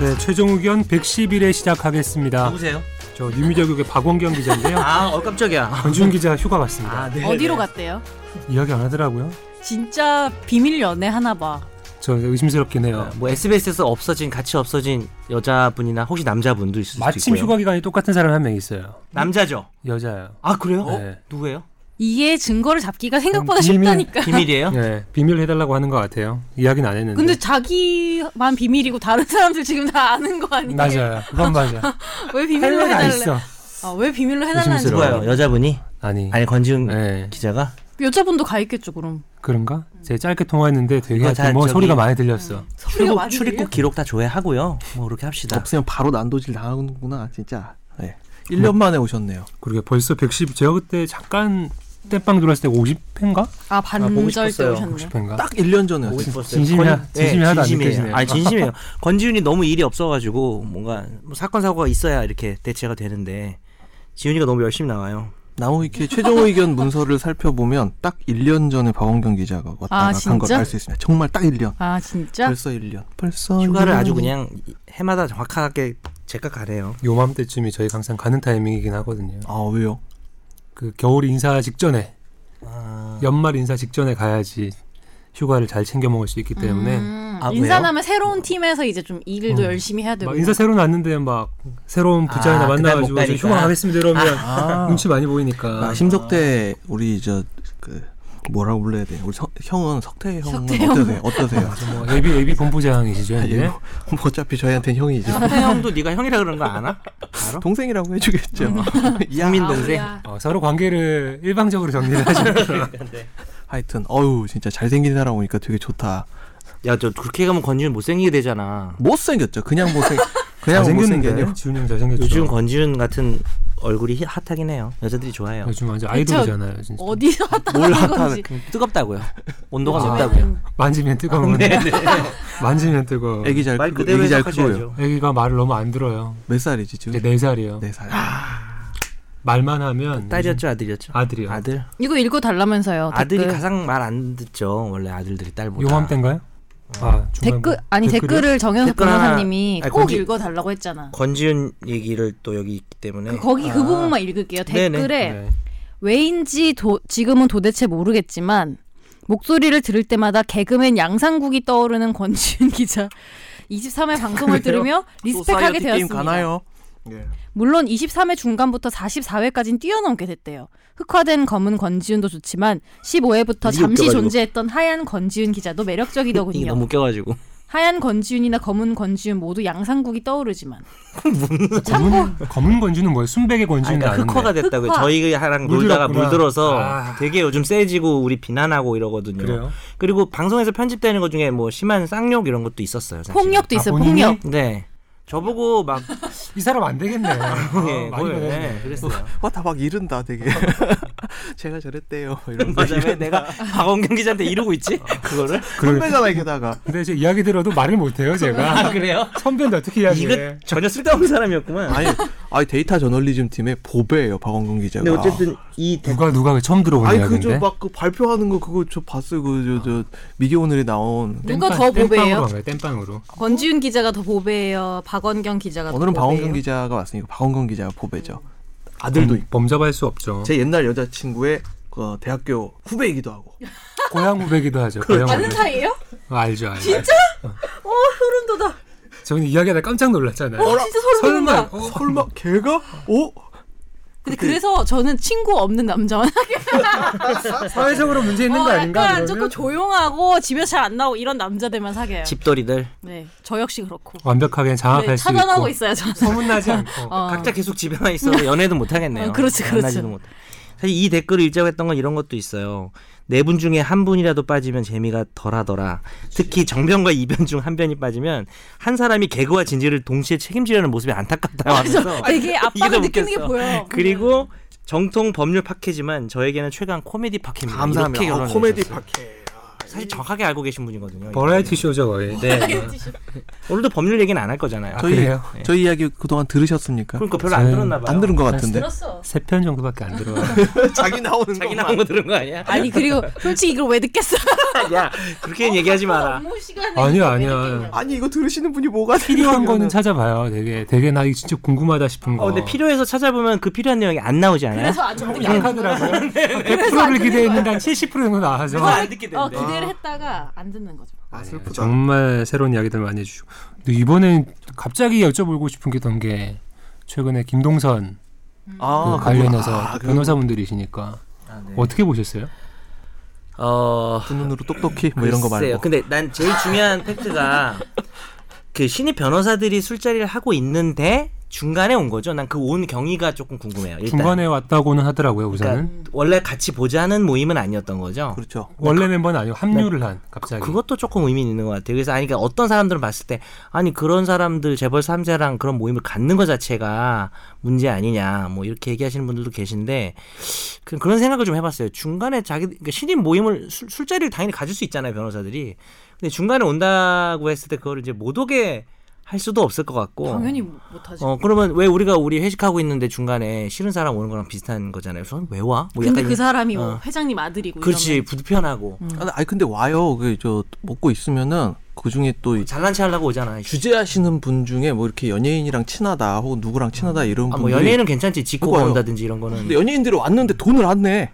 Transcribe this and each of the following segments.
네, 최종 의견 111회 시작하겠습니다. 누구세요? 저 뉴미디어국의 박원경 기자인데요. 아, 어 깜짝이야. 권준 기자 휴가 갔습니다. 아, 네. 어디로 갔대요? 이야기 안 하더라고요. 진짜 비밀 연애 하나 봐. 저 의심스럽긴 해요. 뭐 SBS에서 없어진 같이 없어진 여자분이나 혹시 남자분도 있을 수도 마침 있고요. 휴가 기간이 똑같은 사람 한 명 있어요. 남자죠. 여자예요. 아, 그래요? 네. 누구예요? 이게 증거를 잡기가 생각보다 비밀- 쉽다니까. 음, 비밀이에요? 네, 비밀 해달라고 하는 것 같아요. 이야기는 안 했는데. 근데 자기만 비밀이고 다른 사람들 지금 다 아는 거 아니에요? 맞아요. 그건 맞아. 왜 비밀로 할말 다 해달래? 있어. 아, 왜 비밀로 해달라는지. 조심스러워. 누가요? 여자분이? 아니, 아니, 권지웅 네, 기자가? 여자분도 가 있겠죠, 그럼. 그런가? 제가 짧게 통화했는데 되게 그거 하여튼 다 뭐 저기- 소리가 많이 들렸어. 소리가 출입국, 많이 출입국 기록 다 조회하고요. 뭐 그렇게 합시다. 없으면 바로 난도질 당하는구나 진짜. 네. 1년 만에 오셨네요. 그러게 벌써 110. 제가 그때 잠깐 땜빵 들어왔을 때 50회인가? 보고 아, 반절 때 싶었어요. 오셨네. 50회인가? 딱 1년 전에 보고 오신 싶었어요. 진심이 하- 권- 네, 진심이 하나도 안 진심이에요. 느껴지네요. 아니 진심이에요. 권지윤이 너무 일이 없어가지고 뭔가 뭐 사건 사고가 있어야 이렇게 대체가 되는데 지윤이가 너무 열심히 나와요. 나무위키 최종 의견 문서를 살펴보면 딱 1년 전에 박원경 기자가 왔다가 아, 간 걸 진짜? 알 수 있습니다. 정말 딱 1년. 아, 진짜? 벌써 1년. 벌써 휴가를 1년이. 아주 그냥 해마다 정확하게 제가 가래요. 요맘때쯤이 저희 가 항상 가는 타이밍이긴 하거든요. 아 왜요? 그 겨울 인사 직전에 아, 연말 인사 직전에 가야지 휴가를 잘 챙겨 먹을 수 있기 때문에 음, 아, 어. 인사나면 새로운 팀에서 이제 좀 일도 열심히 해야 되고. 아, 막 인사 새로 났는데 막 새로운 부자나 아, 만나가지고 그날 못 저 가니까. 휴가 가겠습니다 이러면 아, 눈치 많이 보이니까 아, 심석 때 우리 저그 뭐라고 불러야 돼? 우리 석- 형은 석태 형은 석태 형. 어떠세요? 어떠세요? 아, 뭐 예비 예비 본부장이시죠 현재 뭐 어차피 저희한테는 형이죠. 아. 태 형도 네가 형이라 그런 거 아나? 알아? 동생이라고 해주겠죠. 야, 국민 아, 동생. 우리야. 어, 서로 관계를 일방적으로 정리를 하시는 하여튼 어유 진짜 잘생긴 사람 오니까 되게 좋다. 야 저 그렇게 가면 권지윤 못생기게 되잖아. 못생겼죠. 그냥 못생. 그냥 잘생겼는데 못생겼네요. 지훈 형 잘생겼죠 요즘 권지윤 같은 얼굴이 히- 핫하긴 해요. 여자들이 좋아해요. 요즘 완전 아이돌이잖아요 진짜 어디서 뭘 왔다는 핫하는 건지. 뜨겁다고요. 온도가 아. 높다고요. 만지면 뜨거운 네, 만지면 뜨거 애기 잘 말 크고 그대로 애기 잘 크고요. 해석하셔야죠. 애기가 말을 너무 안 들어요 몇 살이지 지금? 이제 네 살이에요 네 살. 말만 하면 딸이었죠 아들이었죠? 아들이요 네. 아들. 이거 읽어 달라면서요. 아들이 가장 말 안 듣죠. 원래 아들들이 뭐 딸보다. 요맘때인가요? 아, 중간고. 댓글 아니 뭐 댓글을, 댓글이요? 정현석 댓글 하나- 변호사님이 아니, 꼭 거기- 읽어 달라고 했잖아. 권지윤 얘기를 또 여기 있기 때문에 그- 거기 아. 그 부분만 읽을게요. 네네. 댓글에 네. 왜인지 도, 지금은 도대체 모르겠지만 목소리를 들을 때마다 개그맨 양상국이 떠오르는 권지윤 기자. 23회 방송을 들으며 리스펙하게 되었습니다. 네. 물론 23회 중간부터 44회까지는 뛰어넘게 됐대요. 흑화된 검은 권지윤도 좋지만 15회부터 이게 잠시 웃겨가지고. 존재했던 하얀 권지윤 기자도 이게 매력적이더군요. 너무 웃겨가지고 그 하얀 권지윤이나 검은 권지윤 모두 양상국이 떠오르지만 참고 검은, 검은 건지는 뭐예요? 순백의 아니, 건지는 그러니까 아는데. 흑화가 됐다고요. 흑화. 저희랑 물 놀다가 들었구나. 물들어서 아. 되게 요즘 세지고 우리 비난하고 이러거든요. 그래요? 리고 방송에서 편집되는 것 중에 뭐 심한 쌍욕 이런 것도 있었어요. 사실. 폭력도 아, 있어요. 본인이? 폭력. 네. 저보고 막 이 사람 안 되겠네. 예, 어, 많이 뭘, 받았네. 뭐, 네, 그랬어요. 와다막 이른다 되게. 제가 저랬대요. 이런 맞아 왜 내가 박원경 기자한테 이러고 있지? 아, 그거를 그래. 선배잖아 게다가. 근데 이제 이야기 들어도 말을 못해요, 제가. 아 그래요? 선배인데 어떻게 이야기해. 이거 전혀 쓸데없는 사람이었구만. 아니, 아니 데이터 저널리즘 팀의 보배예요 박원근 기자가. 근데 어쨌든 이 대- 누가 누가 처음 들어본 아니 이야기인데. 그저막 그 발표하는 거 그거 저 봤어요 그저 저 미디어오늘에 나온 누가 땜빵- 더 보배예요? 땜빵으로 한 거예요, 땜빵으로. 권지윤 기자가 더 보배예요. 박원경 기자가 더 오늘은 박원근 보배예요? 기자가 왔으니까 박원근 기자가 보배죠. 범- 범접할 수 없죠. 음. 제 옛날 여자친구의 그 대학교 후배이기도 하고. 고향 후배기도 하죠. 고향 아는 후배. 사이예요? 아, 알죠, 알죠. 어 소름 돋아. 저는 이야기하다 깜짝 놀랐잖아요. 어 진짜 소름 설마 돋는다. 어, 설마 걔가? 어? 근데 그래서 저는 친구 없는 남자만 사회적으로 문제 있는 거 어, 아닌가? 약간 그러면? 조금 조용하고 집에 잘 안 나오고 이런 남자들만 사귀어요. 집돌이들 네, 저 역시 그렇고. 완벽하게 장악할 네, 아, 수 차단하고 있고 있어요, 저는. 소문나지 않고 어. 각자 계속 집에만 있어서 연애도 못 하겠네요. 어, 그렇지, 그렇지. 만나지도 못. 사실 이 댓글을 일정했던 건 이런 것도 있어요. 네 분 중에 한 분이라도 빠지면 재미가 덜하더라. 특히 정변과 이변 중 한 변이 빠지면 한 사람이 개그와 진지를 동시에 책임지려는 모습이 안타깝다 하면서 되게 압박을 이게 더 느끼는 게 웃겼어. 보여. 네. 그리고 정통 법률 파케지만 저에게 저에게는 최강 코미디 파케입니다. 아, 감사합니다. 이렇게 어, 결혼을 코미디 하셨어요. 파케. 사실 정확하게 알고 계신 분이거든요. 버라이티 쇼죠 거의. 네. 오늘도 법률 얘기는 안 할 거잖아요. 저희- 그래요? 네. 저희 이야기 그동안 들으셨습니까? 그러니까 별로 안 저는 들었나 봐요. 안 들은 것 같은데. 들었어. 세 편 정도밖에 안 들어요. 자기 나오는 자기 나온 거 들은 거 아니야? 아니 그리고 솔직히 이걸 왜 듣겠어? 야, 그렇게 얘기하지 마라. 업무 시간에 아니야, 이걸 왜 아니야. 듣겠냐고. 아니 이거 들으시는 분이 뭐가 필요한 거는 찾아봐요. 되게 되게 나 이거 진짜 궁금하다 싶은 거. 어, 근데 필요해서 찾아보면 그 필요한 내용이 안 나오지 않아요? 그래서 안 듣는 거야. 약하더라고요. 100%를 기대했는데 한 70% 정도 나와서 그래서 안 듣게 어 되는데. 기대를 했다가 안 듣는 거죠. 아 슬프다. 네, 정말 새로운 이야기들 많이 해주시고. 근데 이번엔 갑자기 여쭤보고 싶은 게 있던 게 최근에 김동선 아, 그 관련해서 아, 그 변호사분들이시니까 아, 네. 어떻게 보셨어요? 어, 두 눈으로 똑똑히 뭐 이런 거 글쎄요. 말고. 근데 난 제일 중요한 팩트가 그 신입 변호사들이 술자리를 하고 있는데 중간에 온 거죠. 난 그 온 경위가 조금 궁금해요. 일단 중간에 왔다고는 하더라고요. 우선은 그러니까 원래 같이 보자는 모임은 아니었던 거죠. 그렇죠. 원래 멤버는 아니고 합류를 한 갑자기. 그것도 조금 의미 있는 것 같아요. 그래서 아니 그러니까 어떤 사람들은 봤을 때 아니 그런 사람들 재벌 3세랑 그런 모임을 갖는 것 자체가 문제 아니냐 뭐 이렇게 얘기하시는 분들도 계신데 그- 그런 생각을 좀 해봤어요. 중간에 자기 그러니까 신입 모임을 술, 술자리를 당연히 가질 수 있잖아요 변호사들이. 근데 중간에 온다고 했을 때 그거를 이제 못 오게 할 수도 없을 것 같고. 당연히 못하지. 어 그러면 왜 우리가 우리 회식하고 있는데 중간에 싫은 사람 오는 거랑 비슷한 거잖아요. 그래서 왜 와? 뭐 근데 약간 그 사람이 뭐 어. 회장님 아들이고 그렇지 이러면 음. 불편하고 아, 아니 근데 와요. 그 저 먹고 있으면은 그 중에 또 이- 잘난 체하려고 오잖아. 주제하시는 분 중에 뭐 이렇게 연예인이랑 친하다 혹은 누구랑 친하다 이런 아, 분들이 뭐 연예인은 괜찮지 짓고 그거요. 온다든지 이런 거는 근데 연예인들이 왔는데 돈을 안 내.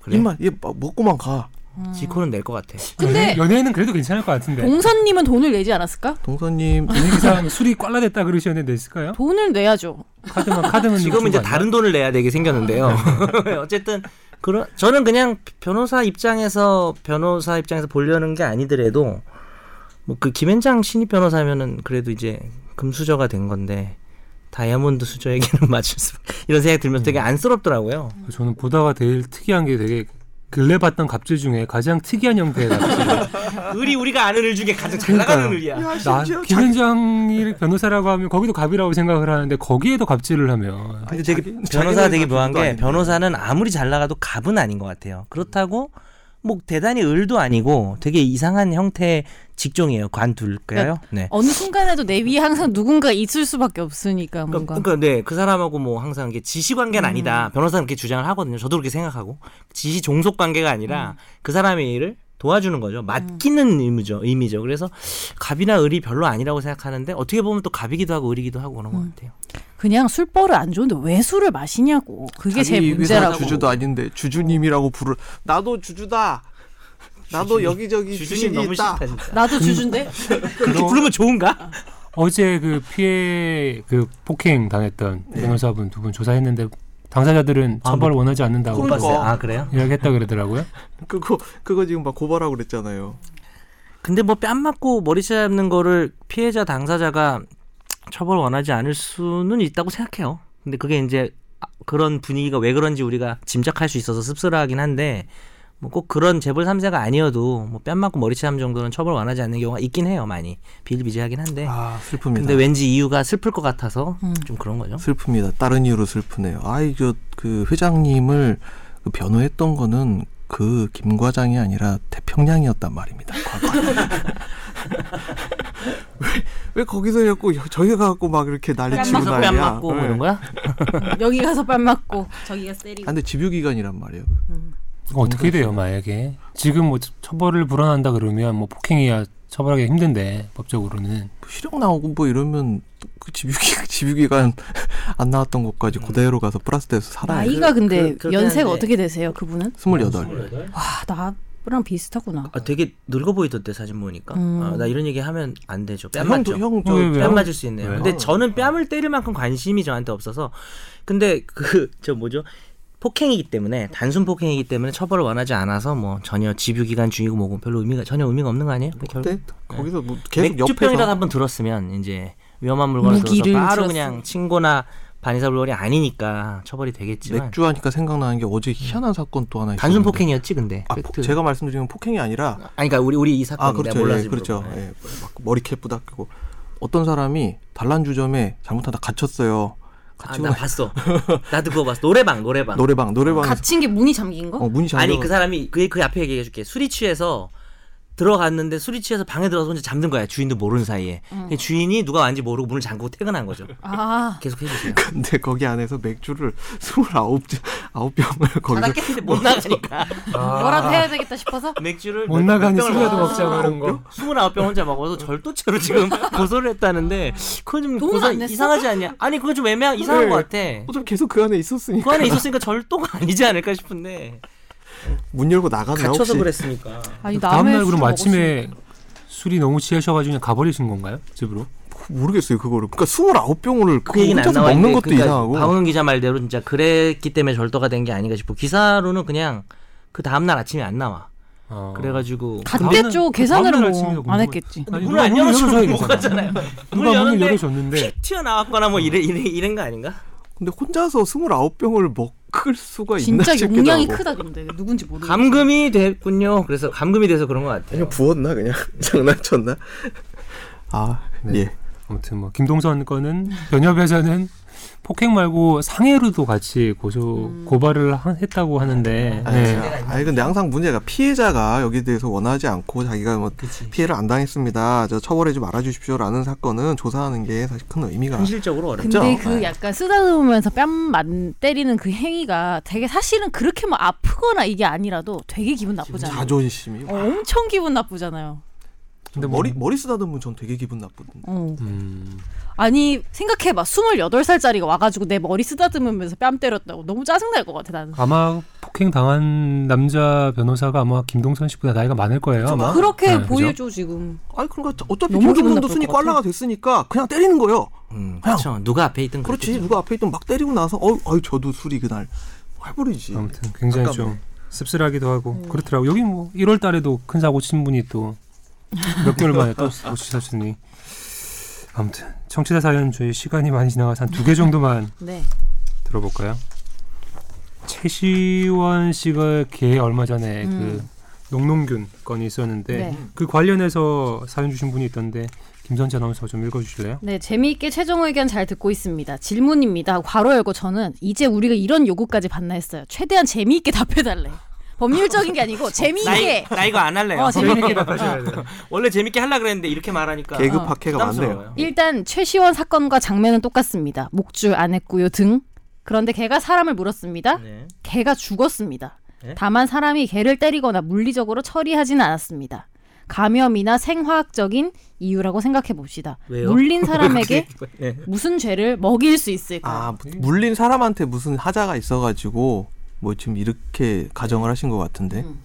그래? 입만 얘 막 먹고만 가. 짓고는 낼 것 같아. 근데- 연예인- 연예인은 그래도 괜찮을 것 같은데. 봉선님은 돈을 내지 않았을까? 동서님 그 사람 술이 꽐라됐다 그러시는데 냈을까요? 돈을 내야죠. 카드만 카드만 지금 이제 다른 돈을 내야 되게 생겼는데요. 네, 어쨌든 그런 저는 그냥 변호사 입장에서 변호사 입장에서 보려는 게 아니더라도 뭐 그 김현장 신입 변호사면은 그래도 이제 금수저가 된 건데 다이아몬드 수저에게는 맞출 수 이런 생각이 들면서 되게 안쓰럽더라고요. 저는 보다가 제일 특이한 게 되게 근래 봤던 갑질 중에 가장 특이한 형태의 갑질. 을이 우리가 아는 을 중에 가장 잘 나가는 그러니까요. 을이야. 나 김현장이 변호사라고 하면 거기도 갑이라고 생각을 하는데 거기에도 갑질을 하면 아니, 되게 자기- 그 변호사 자기는 되게 다 묘한 그분도 게 아닌데. 변호사는 아무리 잘 나가도 갑은 아닌 것 같아요. 그렇다고 뭐 대단히 을도 아니고 되게 이상한 형태의 직종이에요. 관둘까요? 네. 어느 순간에도 내 위에 항상 누군가 있을 수밖에 없으니까 뭔가. 그러니까, 그러니까 네, 그 사람하고 뭐 항상 이게 지시 음. 관계는 아니다. 변호사는 그렇게 주장을 하거든요. 저도 그렇게 생각하고 지시 종속 관계가 아니라 음. 그 사람의 일을 도와주는 거죠. 맡기는 의무죠. 의미죠. 그래서 갑이나 을이 별로 아니라고 생각하는데 어떻게 보면 또 갑이기도 하고 을이기도 하고 그런 음. 것 같아요. 그냥 술버릇 안 좋은데 왜 술을 마시냐고 그게 제 자기 회사 문제라고 주주도 아닌데 주주님이라고 부를. 나도 주주다. 나도 여기저기 주주님 주신이 너무 있다. 싫다 진짜. 나도 주주인데 그렇게 부르면 좋은가? 어제 그 피해 그 폭행 당했던 변호사분 두 분 조사했는데 당사자들은 아, 처벌 원하지 않는다고 그러니까. 아 그래요? 이야기했다 그러더라고요. 그거 그거 지금 막 고발하고 그랬잖아요. 근데 뭐 뺨 맞고 머리 잡는 거를 피해자 당사자가 처벌 원하지 않을 수는 있다고 생각해요. 근데 그게 이제 아, 그런 분위기가 왜 그런지 우리가 짐작할 수 있어서 씁쓸하긴 한데 뭐 꼭 그런 재벌 3세가 아니어도 뭐 뺨 맞고 머리 잡는 정도는 처벌 원하지 않는 경우가 있긴 해요. 많이 비일비재하긴 한데. 아 슬픕니다. 네. 근데 왠지 이유가 슬플 것 같아서 음. 좀 그런 거죠. 슬픕니다. 다른 이유로 슬프네요. 아이 저 그 회장님을 그 변호했던 거는 그 김 과장이 아니라 태평양이었단 말입니다. 과거. 왜, 왜 거기서 자꾸 여- 저기 가갖고 막 이렇게 난리 뺨 치고 맞고, 맞고 난리야. 뺨 맞고 뭐 네. 이런 거야? 여기 가서 뺨 맞고 저기가 아, 세리고 근데 집유 기간이란 말이에요. 이거 어떻게 돼요 만약에 지금 뭐 처- 처벌을 불안한다 그러면 뭐 폭행이야 처벌하기 힘든데 법적으로는 뭐 실형 나오고 뭐 이러면 그 집유 기간 집유 기간 안 나왔던 것까지 음. 그대로 가서 플러스 돼서 살아야 돼. 나이가 근데 그- 그렇긴 연세가 한데. 어떻게 되세요 그분은? 스물여덟. 와 나랑 비슷하구나 아, 되게 늙어 보이던데 사진 보니까. 음. 아, 나 이런 얘기 하면 안 되죠. 뺨 맞죠. 형도 형저 왜, 왜? 뺨 맞을 수 있네요. 왜요? 근데 저는 아. 뺨을 때릴 만큼 관심이 저한테 없어서 근데 그 저 뭐죠? 폭행이기 때문에 단순 폭행이기 때문에 처벌을 원하지 않아서 뭐 전혀 집유 기간 중이고 뭐고 별로 의미가 전혀 의미가 없는 거 아니에요? 그때 거기서 뭐 계속 맥주병이라도 옆에서 한번 들었으면 이제 위험한 물건을 들어서 무기를 바로 들었으면. 그냥 친고나 반의사 물건이 아니니까 처벌이 되겠지만 맥주 하니까 생각나는 게 어제 희한한 사건 또 하나 있었는데 단순 폭행이었지 근데 아, 팩트. 포- 제가 말씀드리는 폭행이 아니라 아니 그러니까 우리 우리 이 사건 아 내가 그렇죠 몰라서 예, 그렇죠 물어본 거예요. 예, 막 머리캡 부닥고 어떤 사람이 단란주점에 잘못하다 갇혔어요 아, 갇히고 나 봤어. 나도 그거 봤어. 노래방 노래방. 노래방 노래방에서 갇힌 게 문이 잠긴 거? 어, 문이 잠겨 아니 그 사람이 그 그 앞에 얘기해 줄게. 술이 취해서 들어갔는데 술이 취해서 방에 들어가서 혼자 잠든 거야. 주인도 모르는 사이에. 근데 주인이 누가 왔는지 모르고 문을 잠그고 퇴근한 거죠. 아, 계속 해주세요. 근데 거기 안에서 맥주를 29병, 9병을 거기서 닫았겠는데 못 나가니까. 뭐라도 해야 되겠다 싶어서 맥주를 못 몇- 나가니 몇 병을 술이라도 먹었어. 먹자고 하는 거. 29병 혼자 먹어서 절도죄로 지금 고소를 했다는데 그건 좀 돈은 고소 안 냈어? 이상하지 않냐? 아니 그건 좀 애매한 이상한 네. 것 같아. 어차피 계속 그 안에 있었으니까 그 안에 있었으니까 절도가 아니지 않을까 싶은데 문 열고 나갔나 혹시 갇혀서 그랬으니까 아니 남의 다음날 술을 그럼 아침에 먹었으니까. 술이 너무 취하셔가지고 그냥 가버리신 건가요? 집으로? 모르겠어요 그거를 그러니까 29병을 그 그 얘기는 안 혼자서 나와 먹는 있는데 것도 그러니까 이상하고 박원 기자 말대로 진짜 그랬기 때문에 절도가 된 게 아닌가 싶고 기사로는 그냥 그 다음날 아침에 안 나와 어. 그래가지고 갔겠죠 다음날- 계산을 다음날 아침에 뭐 먹는 안 거야. 했겠지. 아니, 문을 누가 안 문을 열어주면 열어줘야 못 되잖아. 가잖아요 문을 누가 문을 열었는데 열어줬는데 휙 튀어나왔거나 뭐 이래 이래 이런 거 아닌가? 근데 혼자서 29병을 먹을 수가 있나 진짜 싶기도 용량이 하고. 크다 근데 누군지 모르겠어. 감금이 됐군요. 그래서 감금이 돼서 그런 것 같아요. 그냥 부었나 그냥 장난쳤나 아 네. 예. 아무튼 뭐 김동선 건은 변협에서는 폭행 말고 상해로도 같이 고소 음. 고발을 하- 했다고 하는데 아, 네. 아니 근데 항상 문제가 피해자가 여기에 대해서 원하지 않고 자기가 뭐 그치. 피해를 안 당했습니다. 저 처벌하지 말아주십시오라는 사건은 조사하는 게 사실 큰 의미가 현실적으로 어렵죠. 근데 그죠? 그 네. 약간 쓰다듬으면서 뺨 만 때리는 그 행위가 되게 사실은 그렇게 막 아프거나 이게 아니라도 되게 기분 나쁘잖아요. 자존심이 어, 엄청 기분 나쁘잖아요. 근데 뭐- 머리 머리 쓰다듬으면 전 되게 기분 나쁜데 어. 음, 아니 생각해봐 28살짜리가 와가지고 내 머리 쓰다듬으면서 뺨 때렸다고 너무 짜증날 것 같아 나는 아마 폭행 당한 남자 변호사가 아마 김동선 씨보다 나이가 많을 거예요. 아마 그렇게 네, 그죠? 보여줘 지금 아니 그러니까 어차피 너무 기분 김종선도 나쁠 순위 것 같아. 꽐라가 됐으니까 그냥 때리는 거예요. 음, 그렇죠. 누가 앞에 있든 그렇지 그렇겠죠. 누가 앞에 있던 막 때리고 나서 어이 어이, 저도 술이 그날 해버리지. 아무튼 굉장히 아깝네. 좀 씁쓸하기도 하고 네. 그렇더라고. 여기 뭐 1월 달에도 큰 사고 친 분이 또 몇 개월 만에 또 고치셨으니 아무튼 청취자 사연 저희 시간이 많이 지나가서 한 두 개 정도만 네 들어볼까요? 최시원 씨가 개 얼마 전에 음. 그 농농균 건이 있었는데 네. 그 관련해서 사연 주신 분이 있던데 김선재 아나운서 좀 읽어주실래요? 네, 재미있게 최종 의견 잘 듣고 있습니다. 질문입니다. 괄호 열고 저는 이제 우리가 이런 요구까지 받나 했어요. 최대한 재미있게 답해달래. 법률적인 게 아니고 나, 이, 재미있게. 나 이거 안 할래요. 음. 어, 재미있게 원래 재밌게 하려 그랬는데 이렇게 말하니까 개그 어, 파케가 부담스러워요. 많네요. 일단 최시원 사건과 장면은 똑같습니다. 목줄 안 했고요 등. 그런데 개가 사람을 물었습니다. 네. 개가 죽었습니다. 네? 다만 사람이 개를 때리거나 물리적으로 처리하지는 않았습니다. 감염이나 생화학적인 이유라고 생각해 봅시다. 왜요? 물린 사람에게 네. 무슨 죄를 먹일 수 있을까? 아 무- 물린 사람한테 무슨 하자가 있어가지고 뭐 지금 이렇게 가정을 하신 것 같은데 음.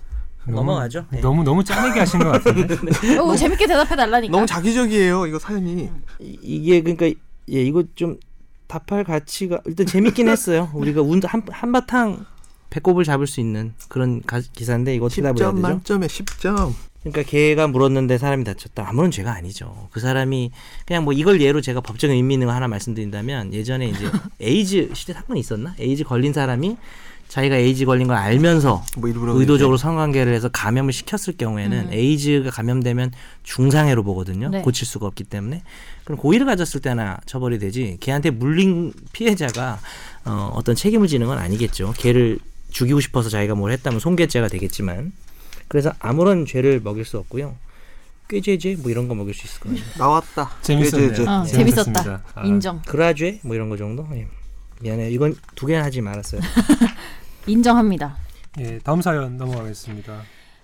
넘어가죠. 네. 너무 너무 짜내게 하신 것 같은데 어, 재밌게 대답해 달라니까. 너무 자기적이에요 이거 사연이. 음. 이- 이게 그러니까 예 이거 좀 답할 가치가 일단 재밌긴 했어요. 우리가 운 한, 한바탕 배꼽을 잡을 수 있는 그런 가, 기사인데 이거 어떻게 답해야 10점 되죠? 만점에 10점. 그러니까 개가 물었는데 사람이 다쳤다. 아무런 죄가 아니죠. 그 사람이 그냥 뭐 이걸 예로 제가 법적인 의미 있는 거 하나 말씀드린다면 예전에 이제 에이즈 시대 사건이 있었나? 에이즈 걸린 사람이 자기가 에이즈 걸린 걸 알면서 뭐 일부러 의도적으로 성관계를 해서 감염을 시켰을 경우에는 에이즈가 감염되면 중상해로 보거든요. 음. 네. 고칠 수가 없기 때문에 그럼 고의를 가졌을 때나 처벌이 되지. 걔한테 물린 피해자가 어, 어떤 책임을 지는 건 아니겠죠. 걔를 죽이고 싶어서 자기가 뭘 했다면 손괴죄가 되겠지만 그래서 아무런 죄를 먹일 수 없고요. 꾀죄죄 뭐 이런 거 먹일 수 있을 거예요. 네. 나왔다. 재밌었네요. 이제- 이제- 어, 네. 재밌었다. 재밌었습니다. 아. 인정. 그라죄 뭐 이런 거 정도. 예. 미안해요. 이건 두 개는 하지 말았어요. 인정합니다. 예 다음 사연 넘어가겠습니다.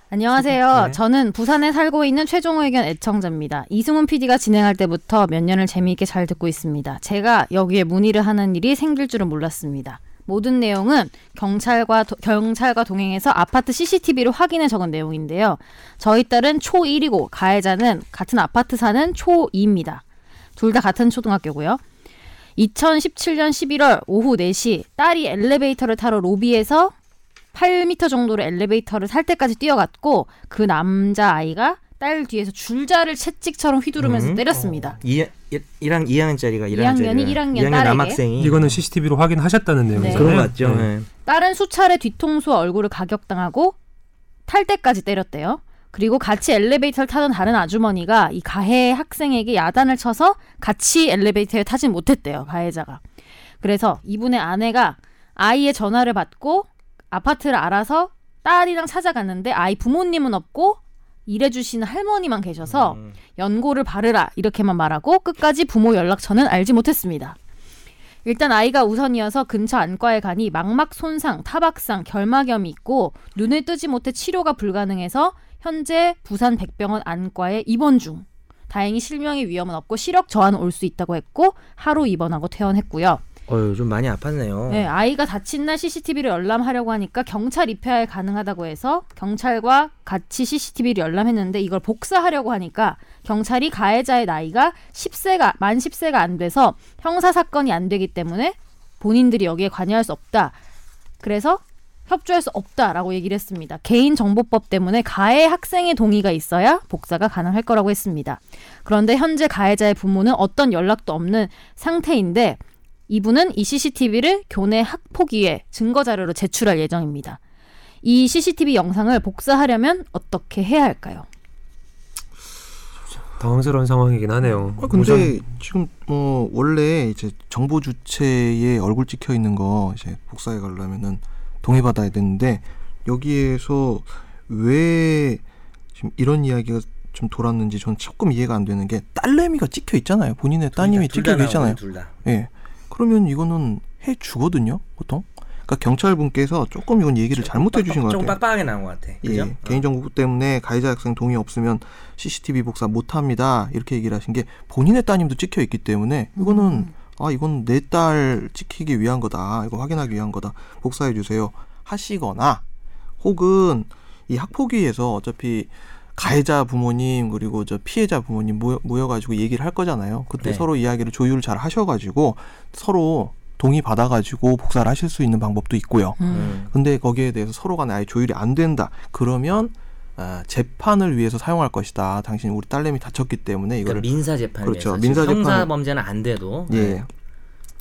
안녕하세요. 네. 저는 부산에 살고 있는 최종 의견 애청자입니다. 이승훈 PD가 진행할 때부터 몇 년을 재미있게 잘 듣고 있습니다. 제가 여기에 문의를 하는 일이 생길 줄은 몰랐습니다. 모든 내용은 경찰과 도- 경찰과 동행해서 아파트 CCTV로 확인해 적은 내용인데요. 저희 딸은 초1이고 가해자는 같은 아파트 사는 초2입니다. 둘 다 같은 초등학교고요. 2017년 11월 오후 4시 딸이 엘리베이터를 타러 로비에서 8m 정도로 엘리베이터를 살 때까지 뛰어갔고 그 남자 아이가 딸 뒤에서 줄자를 채찍처럼 휘두르면서 음. 때렸습니다. 이 1학 2학년짜리가 2학년이 1학년 딸에게. 남학생이 이거는 CCTV로 확인하셨다는 내용이죠. 그런 거 같죠. 네. 예. 딸은 수차례 뒤통수와 얼굴을 가격당하고 탈 때까지 때렸대요. 그리고 같이 엘리베이터를 타던 다른 아주머니가 이 가해 학생에게 야단을 쳐서 같이 엘리베이터에 타진 못했대요. 가해자가. 그래서 이분의 아내가 아이의 전화를 받고 아파트를 알아서 딸이랑 찾아갔는데 아이 부모님은 없고 일해주시는 할머니만 계셔서 음. 연고를 바르라 이렇게만 말하고 끝까지 부모 연락처는 알지 못했습니다. 일단 아이가 우선이어서 근처 안과에 가니 망막 손상, 타박상, 결막염이 있고 눈을 뜨지 못해 치료가 불가능해서 현재 부산 백병원 안과에 입원 중. 다행히 실명의 위험은 없고 시력 저하는 올 수 있다고 했고 하루 입원하고 퇴원했고요. 어휴, 좀 많이 아팠네요. 네, 아이가 다친 날 CCTV를 열람하려고 하니까 경찰 입회하에 가능하다고 해서 경찰과 같이 CCTV를 열람했는데 이걸 복사하려고 하니까 경찰이 가해자의 나이가 10세가 만 10세가 안 돼서 형사 사건이 안 되기 때문에 본인들이 여기에 관여할 수 없다. 그래서 협조할 수 없다라고 얘기를 했습니다. 개인정보법 때문에 가해 학생의 동의가 있어야 복사가 가능할 거라고 했습니다. 그런데 현재 가해자의 부모는 어떤 연락도 없는 상태인데 이분은 이 CCTV를 교내 학폭위에 증거자료로 제출할 예정입니다. 이 CCTV 영상을 복사하려면 어떻게 해야 할까요? 당황스러운 상황이긴 하네요. 아, 근데 지금 뭐 원래 이제 정보 주체의 얼굴 찍혀 있는 거 이제 복사해 가려면은 동의 받아야 되는데 여기에서 왜 지금 이런 이야기가 좀 돌았는지 저는 조금 이해가 안 되는 게 딸내미가 찍혀 있잖아요. 본인의 따님이 둘다 찍혀 계잖아요. 둘 다. 예. 그러면 이거는 해 주거든요, 보통. 그러니까 경찰분께서 조금 이건 얘기를 잘못해 주신 것 조금 같아요. 빡빡하게 나온 것 같아. 예, 그죠? 어. 개인정보 때문에 가해자 학생 동의 없으면 CCTV 복사 못합니다. 이렇게 얘기를 하신 게 본인의 따님도 찍혀 있기 때문에 이거는 음. 아 이건 내 딸 찍히기 위한 거다. 이거 확인하기 위한 거다. 복사해 주세요. 하시거나 혹은 이 학폭위에서 어차피 가해자 부모님 그리고 저 피해자 부모님 모여, 모여가지고 얘기를 할 거잖아요. 그때 네. 서로 이야기를 조율 잘 하셔가지고 서로 동의 받아가지고 복사를 하실 수 있는 방법도 있고요. 음. 근데 거기에 대해서 서로 간에 아예 조율이 안 된다. 그러면 아, 재판을 위해서 사용할 것이다. 당신 우리 딸내미 다쳤기 때문에 그러니까 이거를 민사 재판 그렇죠. 위해서 민사 형사 재판을- 범죄는 안 돼도 네. 예.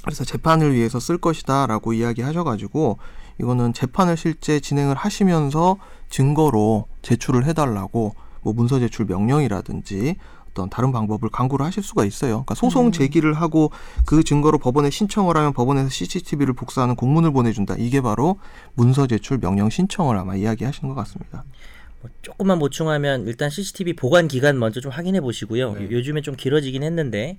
그래서 재판을 위해서 쓸 것이다라고 이야기하셔가지고 이거는 재판을 실제 진행을 하시면서 증거로 제출을 해달라고 뭐 문서 제출 명령이라든지 어떤 다른 방법을 강구를 하실 수가 있어요. 그러니까 소송 제기를 하고 그 증거로 법원에 신청을 하면 법원에서 CCTV를 복사하는 공문을 보내준다. 이게 바로 문서 제출 명령 신청을 아마 이야기하신 것 같습니다. 뭐 조금만 보충하면 일단 CCTV 보관 기간 먼저 좀 확인해 보시고요. 네. 요- 요즘에 좀 길어지긴 했는데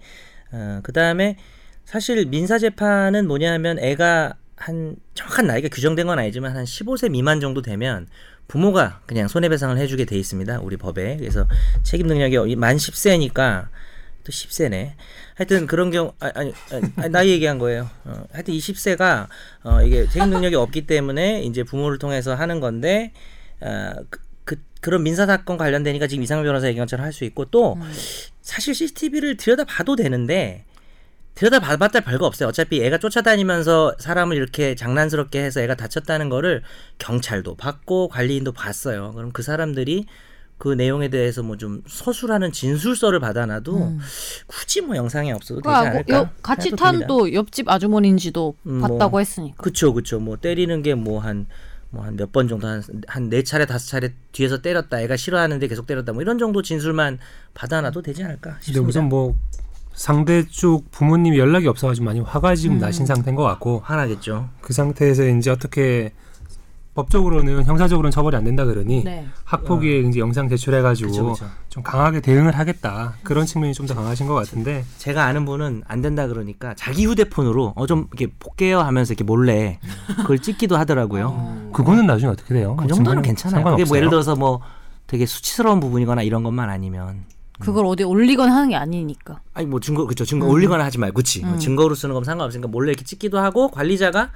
어, 그 다음에 사실 민사 재판은 뭐냐면 애가 한 정확한 나이가 규정된 건 아니지만 한 15세 미만 정도 되면 부모가 그냥 손해배상을 해주게 돼 있습니다. 우리 법에 그래서 책임 능력이 만 10세니까 또 10세네. 하여튼 그런 경우 아, 아니, 아니, 아니, 나이 얘기한 거예요. 어, 하여튼 이 10세가 어, 이게 책임 능력이 없기 때문에 이제 부모를 통해서 하는 건데 어, 그, 그, 그런 민사 사건 관련되니까 지금 이상민 변호사 얘기한 것처럼 할 수 있고 또 사실 CCTV를 들여다 봐도 되는데 들여다 봐봤자 별거 없어요. 어차피 애가 쫓아다니면서 사람을 이렇게 장난스럽게 해서 애가 다쳤다는 거를 경찰도 봤고 관리인도 봤어요. 그럼 그 사람들이 그 내용에 대해서 뭐 좀 서술하는 진술서를 받아놔도 굳이 뭐 영상이 없어도 되지 음. 그러니까 않을까? 요- 같이 생각도 탄 듭니다. 또 옆집 아주머니인지도 음, 봤다고 뭐. 했으니까. 그쵸 그쵸 뭐 때리는 게 뭐 한 뭐 한 몇 번 정도 한 한 네 차례 다섯 차례 뒤에서 때렸다 애가 싫어하는데 계속 때렸다 뭐 이런 정도 진술만 받아놔도 되지 않을까 근데 싶습니다. 우선 뭐 상대 쪽 부모님이 연락이 없어가지고 많이 화가 지금 나신 상태인 것 같고 화나겠죠. 그 상태에서 이제 어떻게 법적으로는 형사적으로는 처벌이 안 된다 그러니 음. 네. 학폭위에 이제 영상 제출해가지고 어. 그쵸 그쵸. 좀 강하게 대응을 하겠다 그런 측면이 좀 더 강하신 것 같은데 제가 아는 분은 안 된다 그러니까 자기 휴대폰으로 어 좀 이렇게 볼게요 하면서 이렇게 몰래 그걸 찍기도 하더라고요. 그거는 나중에 어떻게 돼요? 그 정도는 정말 괜찮아요. 그게 상관없어요. 뭐 예를 들어서 뭐 되게 수치스러운 부분이거나 이런 것만 아니면 그걸 어디 올리건 하는 게 아니니까. 아니 뭐 증거 그쵸 증거 올리거나 하지 말고 그치 뭐 증거로 쓰는 건 상관없으니까 몰래 이렇게 찍기도 하고 관리자가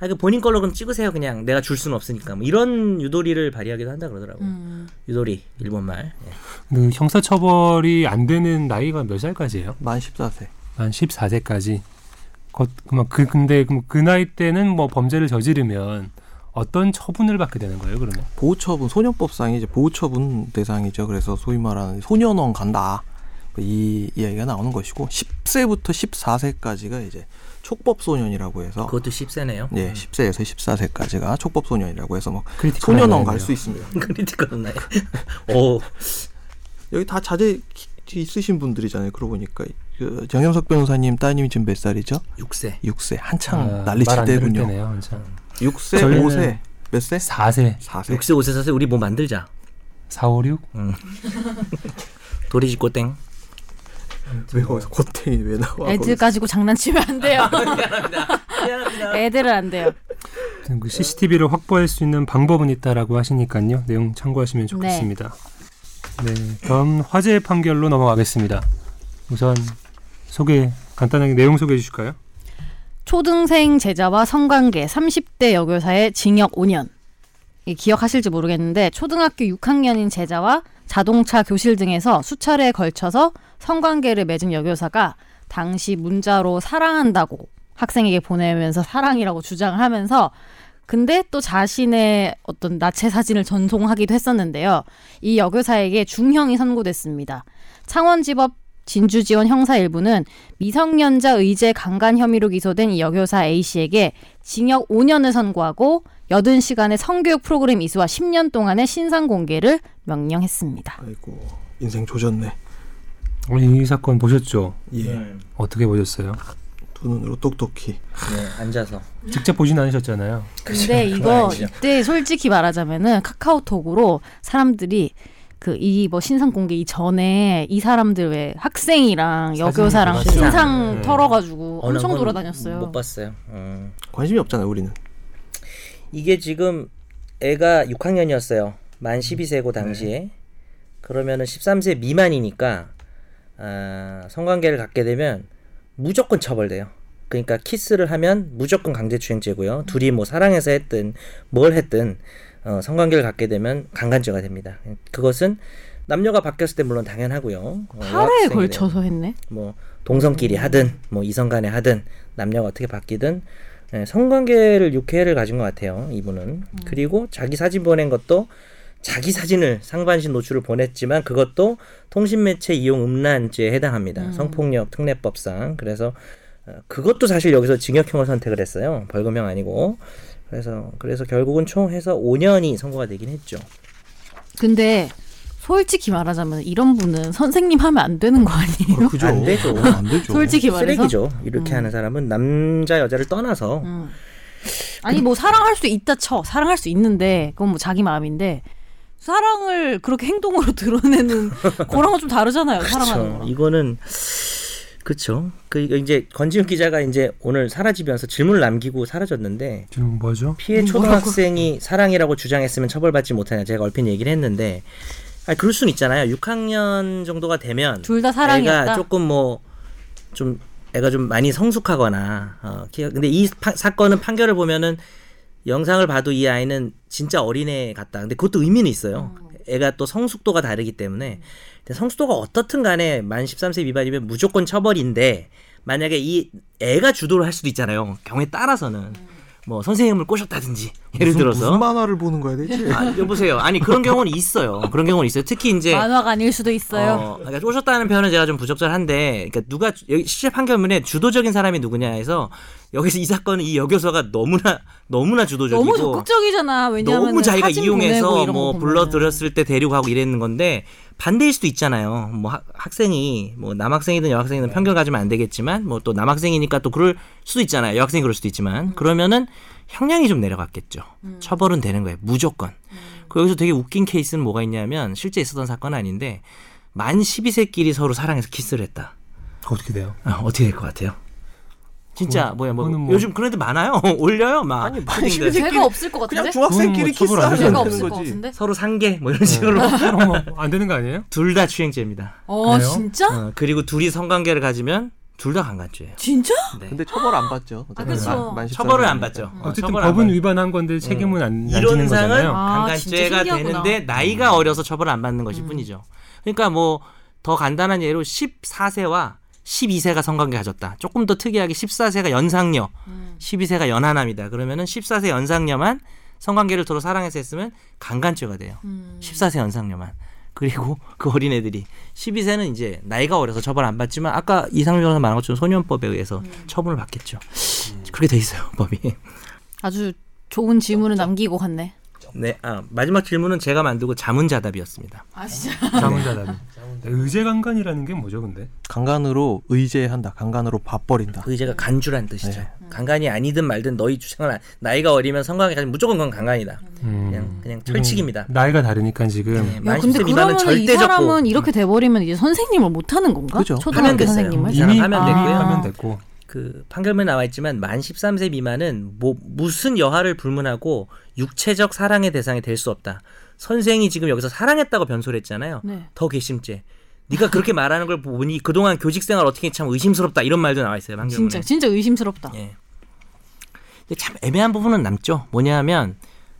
아 이거 본인 걸로 그럼 찍으세요 그냥 내가 줄 수는 없으니까 뭐 이런 유도리를 발휘하기도 한다 그러더라고요 음. 유도리 일본말 예. 그 형사처벌이 안 되는 나이가 몇 살까지예요? 만 14세. 만 14세까지. 그, 그만 그 근데 그럼 그 나이 때는 뭐 범죄를 저지르면 어떤 처분을 받게 되는 거예요? 그러면 보호처분 소년법상이 이제 보호처분 대상이죠. 그래서 소위 말하는 소년원 간다 이 이야기가 나오는 것이고 10세부터 14세까지가 이제 촉법 소년이라고 해서 그것도 10세네요 예 10세에서 14세까지가 촉법 소년이라고 해서 뭐 크리티컬한 소년원 나이네요. 갈 수 있습니다. 크리티컬한 나이 오 여기 다 자제 기- 있으신 분들이잖아요. 그러고 보니까 그 정현석 변호사님 따님이 지금 몇 살이죠? 6세 6세 한창 아, 말안 난리칠 들을 때군요. 때네요, 진짜. 6세, 저희는 5세 몇 세? 4세. 4세. 6세 5세 4세 우리 뭐 만들자 456 음, 도리지코 땡. 왜 거기서 고탱이 왜 나와? 애들 가지고 장난치면 안 돼요. 아, 미안합니다. 애들은 안 돼요. 아무튼 그 CCTV를 확보할 수 있는 방법은 있다라고 하시니까요. 내용 참고하시면 좋겠습니다. 네. 다음 화재 판결로 넘어가겠습니다. 우선 소개 간단하게 내용 소개해 주실까요? 초등생 제자와 성관계 30대 여교사의 징역 5년. 이 기억하실지 모르겠는데 초등학교 6학년인 제자와 자동차 교실 등에서 수차례에 걸쳐서 성관계를 맺은 여교사가 당시 문자로 사랑한다고 학생에게 보내면서 사랑이라고 주장을 하면서 근데 또 자신의 어떤 나체 사진을 전송하기도 했었는데요. 이 여교사에게 중형이 선고됐습니다. 창원지법 진주지원 형사 일부는 미성년자 의제 강간 혐의로 기소된 이 여교사 A씨에게 징역 5년을 선고하고 80시간의 성교육 프로그램 이수와 10년 동안의 신상 공개를 명령했습니다. 아이고 인생 조졌네. 오늘 어, 이 사건 보셨죠? 예, 어떻게 보셨어요? 두 눈으로 똑똑히. 네, 앉아서. 직접 보진 않으셨잖아요. 근데 이거 이때 솔직히 말하자면은 카카오톡으로 사람들이 그 이 뭐 신상 공개 이전에 이 사람들 왜 학생이랑 사진을 여교사랑 돌아다니는 신상 거. 털어가지고 어, 난 엄청 그건 돌아다녔어요. 못 봤어요. 음. 관심이 없잖아요 우리는. 이게 지금 애가 6학년이었어요. 만 12세고 당시에. 그러면은 13세 미만이니까 아, 성관계를 갖게 되면 무조건 처벌돼요. 그러니까 키스를 하면 무조건 강제추행죄고요. 둘이 뭐 사랑해서 했든 뭘 했든 어, 성관계를 갖게 되면 강간죄가 됩니다. 그것은 남녀가 바뀌었을 때 물론 당연하고요. 어, 8회에 여학생이래. 걸쳐서 했네. 뭐 동성끼리 하든 뭐 이성 간에 하든 남녀가 어떻게 바뀌든 예, 성관계를 육해를 가진 것 같아요 이분은 음. 그리고 자기 사진 보낸 것도 자기 사진을 상반신 노출을 보냈지만 그것도 통신매체 이용 음란죄에 해당합니다 성폭력 특례법상 그래서 어, 그것도 사실 여기서 징역형을 선택을 했어요 벌금형 아니고 그래서 그래서 결국은 총 해서 5년이 선고가 되긴 했죠 근데 솔직히 말하자면 이런 분은 선생님 하면 안 되는 거 아니에요? 그죠? 안 되죠. 안 되죠. 솔직히 말해서 쓰레기죠 이렇게 하는 사람은 남자 여자를 떠나서 음. 아니 뭐 사랑할 수 있다 쳐 사랑할 수 있는데 그건 뭐 자기 마음인데 사랑을 그렇게 행동으로 드러내는 거랑은 좀 다르잖아요 사랑하는 그렇죠. 거랑 이거는 그렇죠. 그 이거 이제 권지훈 기자가 이제 오늘 사라지면서 질문을 남기고 사라졌는데 지금 뭐죠? 피해 음, 초등학생이 사랑이라고 주장했으면 처벌받지 못하냐 제가 얼핏 얘기를 했는데 아 그럴 순 있잖아요. 6학년 정도가 되면 둘 다 사랑이었다. 애가 조금 뭐 좀 애가 좀 많이 성숙하거나 어 키- 근데 이 파- 사건은 판결을 보면은 영상을 봐도 이 아이는 진짜 어린애 같다. 근데 그것도 의미는 있어요. 음. 애가 또 성숙도가 다르기 때문에 근데 성숙도가 어떻든 간에 만 13세 미만이면 무조건 처벌인데 만약에 이 애가 주도를 할 수도 있잖아요. 경우에 따라서는 음. 뭐 선생님을 꼬셨다든지 예를 무슨- 들어서 무슨 만화를 보는 거야 대체? 아, 여보세요. 아니 그런 경우는 있어요. 그런 경우는 있어요. 특히 이제 만화가 아닐 수도 있어요 어, 그러니까 오셨다는 표현은 제가 좀 부적절한데, 그러니까 누가 주- 여기 실제 판결문에 주도적인 사람이 누구냐에서 여기서 이 사건은 이 여교서가 너무나 너무나 주도적이고 너무 적극적이잖아 왜냐하면 너무 자기가 사진 보내고 이용해서 이런 뭐 거 보면은. 불러들였을 때 데리고가고 이랬는 건데 반대일 수도 있잖아요. 뭐 학- 학생이 뭐 남학생이든 여학생이든 네. 편견 가지면 안 되겠지만 뭐 또 남학생이니까 또 그럴 수도 있잖아요. 여학생이 그럴 수도 있지만 음. 그러면은 형량이 좀 내려갔겠죠. 처벌은 되는 거예요. 무조건. 음. 그 여기서 되게 웃긴 케이스는 뭐가 있냐면 실제 있었던 사건은 아닌데 만 12세끼리 서로 사랑해서 키스를 했다. 어떻게 돼요? 아, 어떻게 될 것 같아요? 진짜 뭐야 뭐, 그거는 뭐- 요즘 그런 애들 많아요. 올려요 막. 아니, 죄가 없을 것 같은데 그냥 중학생끼리 그건 뭐 처벌 안 죄가 키스하면 하면 되는 없을 것 거지. 같은데 서로 상계 뭐 이런 식으로 그럼 뭐안 되는 거 아니에요? 둘 다 추행죄입니다. 어 그래요? 진짜 어, 그리고 둘이 성관계를 가지면 둘 다 강간죄예요. 진짜 근데 처벌 안 받죠. 어차피 그쵸. 만- 만 14 아, 처벌을 안 살이니까. 받죠. 어, 음. 어쨌든 처벌을 안 음. 법은 받- 위반한 건데 책임은 안, 안 지는 이론상은 거잖아요. 음. 아, 진짜 강간죄가 신기하구나. 음. 되는데 나이가 어려서 처벌을 안 받는 것일 뿐이죠. 그러니까 뭐 더 간단한 예로 14세와 12세가 성관계 가졌다. 조금 더 특이하게 14세가 연상녀, 음. 12세가 연하남이다. 그러면은 14세 연상녀만 성관계를 서로 사랑해서 했으면 강간죄가 돼요. 음. 14세 연상녀만. 그리고 그 어린애들이 12세는 이제 나이가 어려서 처벌 안 받지만 아까 이상민 변호사 말한 것처럼 소년법에 의해서 처분을 음. 받겠죠. 그렇게 돼 있어요 법이. 아주 좋은 질문을 남기고 갔네 있죠. 네, 아, 마지막 질문은 제가 만들고 자문자답이었습니다. 아 진짜. 네. 자문자답. 네, 의제강간이라는 게 뭐죠, 근데? 강간으로 의제한다. 강간으로 밥버린다. 의제가 간주란 뜻이죠. 강간이 아니든 말든 너희 주장을 안- 나이가 어리면 성관계 가지면 무조건 그건 강간이다. 음. 그냥 그냥 네. 철칙입니다. 나이가 다르니까 지금 네, 야, 만 근데 10세 그러면 미만은 이 절대 적고 음. 사람은 이렇게 돼버리면 이제 선생님을 못하는 건가? 그죠. 하면 초등학교 됐어요. 음. 선생님을? 이 사람 하면 아. 됐고요. 하면 됐고 그 판결문에 나와 있지만 만 13세 미만은 뭐 무슨 여하를 불문하고 육체적 사랑의 대상이 될 수 없다. 선생이 지금 여기서 사랑했다고 변소를 했잖아요. 네. 더 괘씸죄. 네가 그렇게 말하는 걸 보니 그동안 교직 생활 어떻게 참 의심스럽다 이런 말도 나와 있어요. 판결문에. 진짜 진짜 의심스럽다. 음. 예. 근데 참 애매한 부분은 남죠. 뭐냐면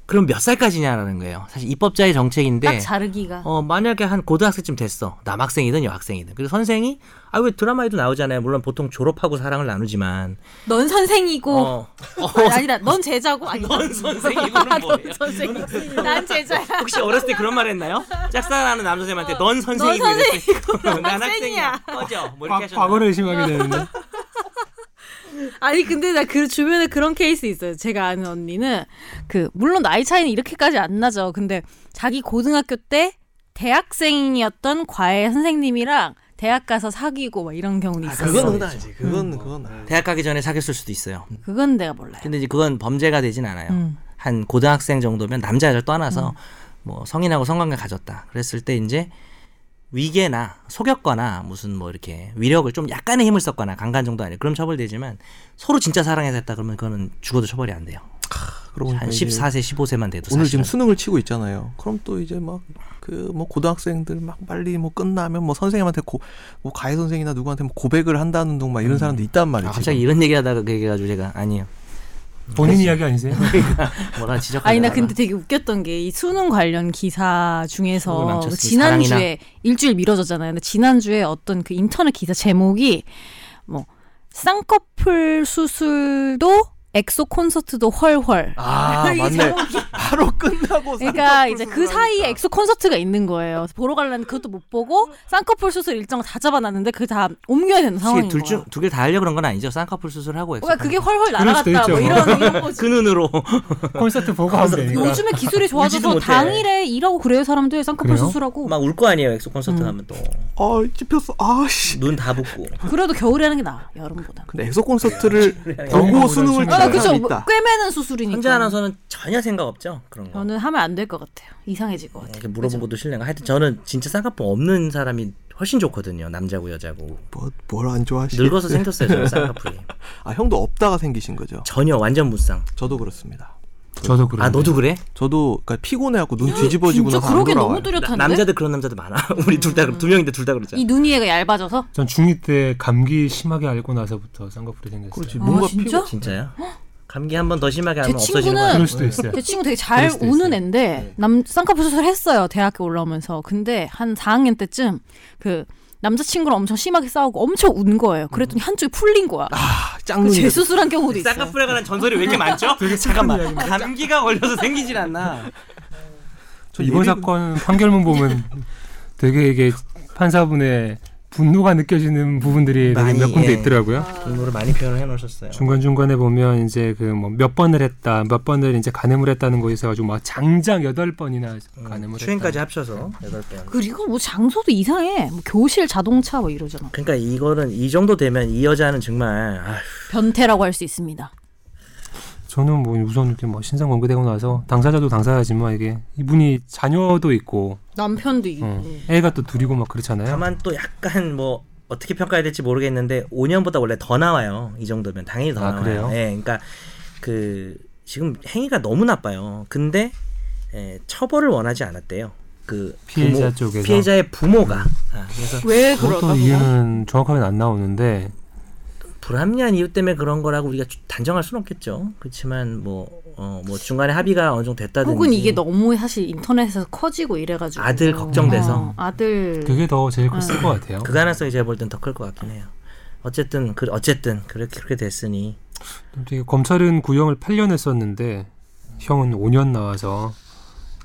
그럼 몇 살까지냐라는 거예요. 사실 입법자의 딱 정책인데 자르기가. 어 만약에 한 고등학생쯤 됐어 남학생이든 여학생이든 그리고 선생이 아 왜 드라마에도 나오잖아요. 물론 보통 졸업하고 사랑을 나누지만 넌 선생이고 어, 아니, 아니라 넌 제자고 아니 넌 선생이고는 뭐예요? 선생님. 난 제자야. 혹시 어렸을 때 그런 말 했나요? 짝사랑하는 남선생한테 넌 선생이고 어, 넌 이랬을 때 난 난 학생이야. 학생이야. 꺼져. 뭐 이렇게 과, 하셨나요? 과거를 의심하게 되는데 아니 근데 나 그 주변에 그런 케이스 있어요. 제가 아는 언니는 그 물론 나이 차이는 이렇게까지 안 나죠. 근데 자기 고등학교 때 대학생이었던 과외 선생님이랑 대학 가서 사귀고 막 이런 경우도 있었어. 그건 그건, 너무 아니지. 그건 음. 그건 아니지. 대학 가기 전에 사귀었을 수도 있어요. 네. 그건 내가 몰라요. 근데 이제 그건 범죄가 되진 않아요. 음. 한 고등학생 정도면 남자를 떠나서 음. 뭐 성인하고 성관계 가졌다. 그랬을 때 이제 위계나 속였거나 무슨 뭐 이렇게 위력을 좀 약간의 힘을 썼거나 강간 정도 아니에요. 그럼 처벌되지만 서로 진짜 사랑해서 했다 그러면 그거는 죽어도 처벌이 안 돼요. 그러고 한 보니까 이제 14세, 15세만 돼도 사실은. 오늘 지금 수능을 치고 있잖아요. 그럼 또 이제 막 그 뭐 고등학생들 막 빨리 뭐 끝나면 뭐 선생님한테 고, 뭐 가해 선생이나 누구한테 뭐 고백을 한다는 둥 막 이런 사람도 있단 말이지. 아, 갑자기 이런 얘기하다가 그 얘기해가지고 제가 아니에요. 본인 이야기 아니세요? 뭐라 지적. 아니 나 근데 되게 웃겼던 게 이 수능 관련 기사 수능을 중에서 망쳤으니 지난주에 일주일 미뤄졌잖아요. 근데 지난주에 어떤 그 인터넷 기사 제목이 뭐 쌍꺼풀 수술도 엑소 콘서트도 헐헐. 아이 맞네. 제목이 바로 끝나고 그러니까 이제 그 쌍꺼풀 사이에 엑소 콘서트가 있는 거예요. 그래서 보러 가려는 그것도 못 보고 쌍꺼풀 수술 일정 다 잡아놨는데 그 다 옮겨야 되는 상황인 거야. 둘중두개다 하려 그런 건 아니죠. 쌍꺼풀 수술하고 그러니까 엑소판. 그게 어. 헐헐 그럴 수도 날아갔다 뭐 있죠. 이런 이런 거지. 그 눈으로 콘서트 보고 하면 되니까 요즘에 기술이 울지도 좋아져서 못해. 당일에 일하고 그래요 사람들 쌍꺼풀 그래요? 수술하고 막 울 거 아니에요. 엑소 콘서트 가면 아 찝혔어. 아씨. 또 눈 다 붓고. 음. 그래도 겨울에 하는 게 나아 여름보다. 근데 엑소 콘서트를 보고 겨울보다 수능을 심해. 아 아, 치는 그죠 사람 있다. 꿰매는 수술이니까. 혼자 아나운서는 전혀 생각 없죠. 그런 거. 저는 하면 안 될 것 같아요. 이상해질 것 같아요. 이렇게 물어본 것도 실례가. 하여튼 저는 진짜 쌍꺼풀 없는 사람이 훨씬 좋거든요. 남자고 여자고. 뭐뭘안 좋아하시? 늙어서 생겼어요. 저는 쌍꺼풀이. 아 형도 없다가 생기신 거죠. 전혀 완전 무쌍. 저도 그렇습니다. 저도 그래요. 아 너도 그래? 저도 그러니까 피곤해갖고 눈 뒤집어지고 진짜 나서 안 그러게 돌아와요. 너무 뚜렷한데. 음. 남자들 그런 남자도 많아. 우리 둘 다 그럼 두 명인데 둘 다 그러잖아. 이 눈이애가 얇아져서. 전 중2 때 감기 심하게 앓고 나서부터 쌍꺼풀이 생겼어요. 그렇지 아, 뭔가 진짜? 피곤. 진짜요? 감기 한 번 더 심하게 제 하면 없어지는 거야. 그럴 친구는 수도 있어요. 제 친구 되게 잘 그럴 수도 우는 있어요. 애인데 남 쌍꺼풀 수술했어요 대학교 올라오면서. 근데 한 4학년 때쯤 그 남자친구랑 엄청 심하게 싸우고 엄청 운 거예요. 그랬더니 한쪽이 풀린 거야. 아 짱눈이. 그재 수술한 경우도 있어. 요 쌍꺼풀에 관한 전설이 왜 이렇게 많죠? 잠깐만 감기가 걸려서 생기질 않나? 저 이번 예비- 사건 판결문 보면 되게 이게 판사분의 분노가 느껴지는 부분들이 되게 많이, 몇 군데 예. 있더라고요. 분노를 많이 표현을 해놓으셨어요. 중간 중간에 보면 이제 그 뭐 몇 번을 했다, 몇 번을 이제 간음을 했다는 거에 있어 가지고 막 장장 여덟 번이나 간음을 추행까지 했다. 합쳐서 여덟 번. 그리고 뭐 장소도 이상해. 뭐 교실, 자동차 뭐 이러잖아. 그러니까 이거는 이 정도 되면 이 여자는 정말 아휴, 변태라고 할 수 있습니다. 저는 뭐 우선 이렇게 뭐 신상 공개되고 나서 당사자도 당사자지만 이게 이분이 자녀도 있고 남편도 예, 있고. 어, 애가 또 둘이고 막 그렇잖아요. 다만 또 약간 뭐 어떻게 평가해야 될지 모르겠는데 5년보다 원래 더 나와요. 이 정도면 당연히 더 아, 나와요. 그래요? 예, 그러니까 그 지금 행위가 너무 나빠요. 근데 예, 처벌을 원하지 않았대요. 그 피해자 부모- 쪽에서. 피해자의 부모가 아, 그래서 왜 그것도 그럴까? 이유는 정확하게 안 나오는데 불합리한 이유 때문에 그런 거라고 우리가 주- 단정할 수는 없겠죠. 그렇지만 뭐 어, 뭐 중간에 합의가 어느 정도 됐다든지 혹은 이게 너무 사실 인터넷에서 커지고 이래가지고 아들 걱정돼서. 어, 아들 그게 더 제일 컸을 것 같아요. 어. 그 가능성이 제가 볼 땐 더 클 것 같긴 해요. 어쨌든 그 어쨌든 그렇게 그렇게 됐으니 되게 검찰은 구형을 8년 했었는데 형은 5년 나와서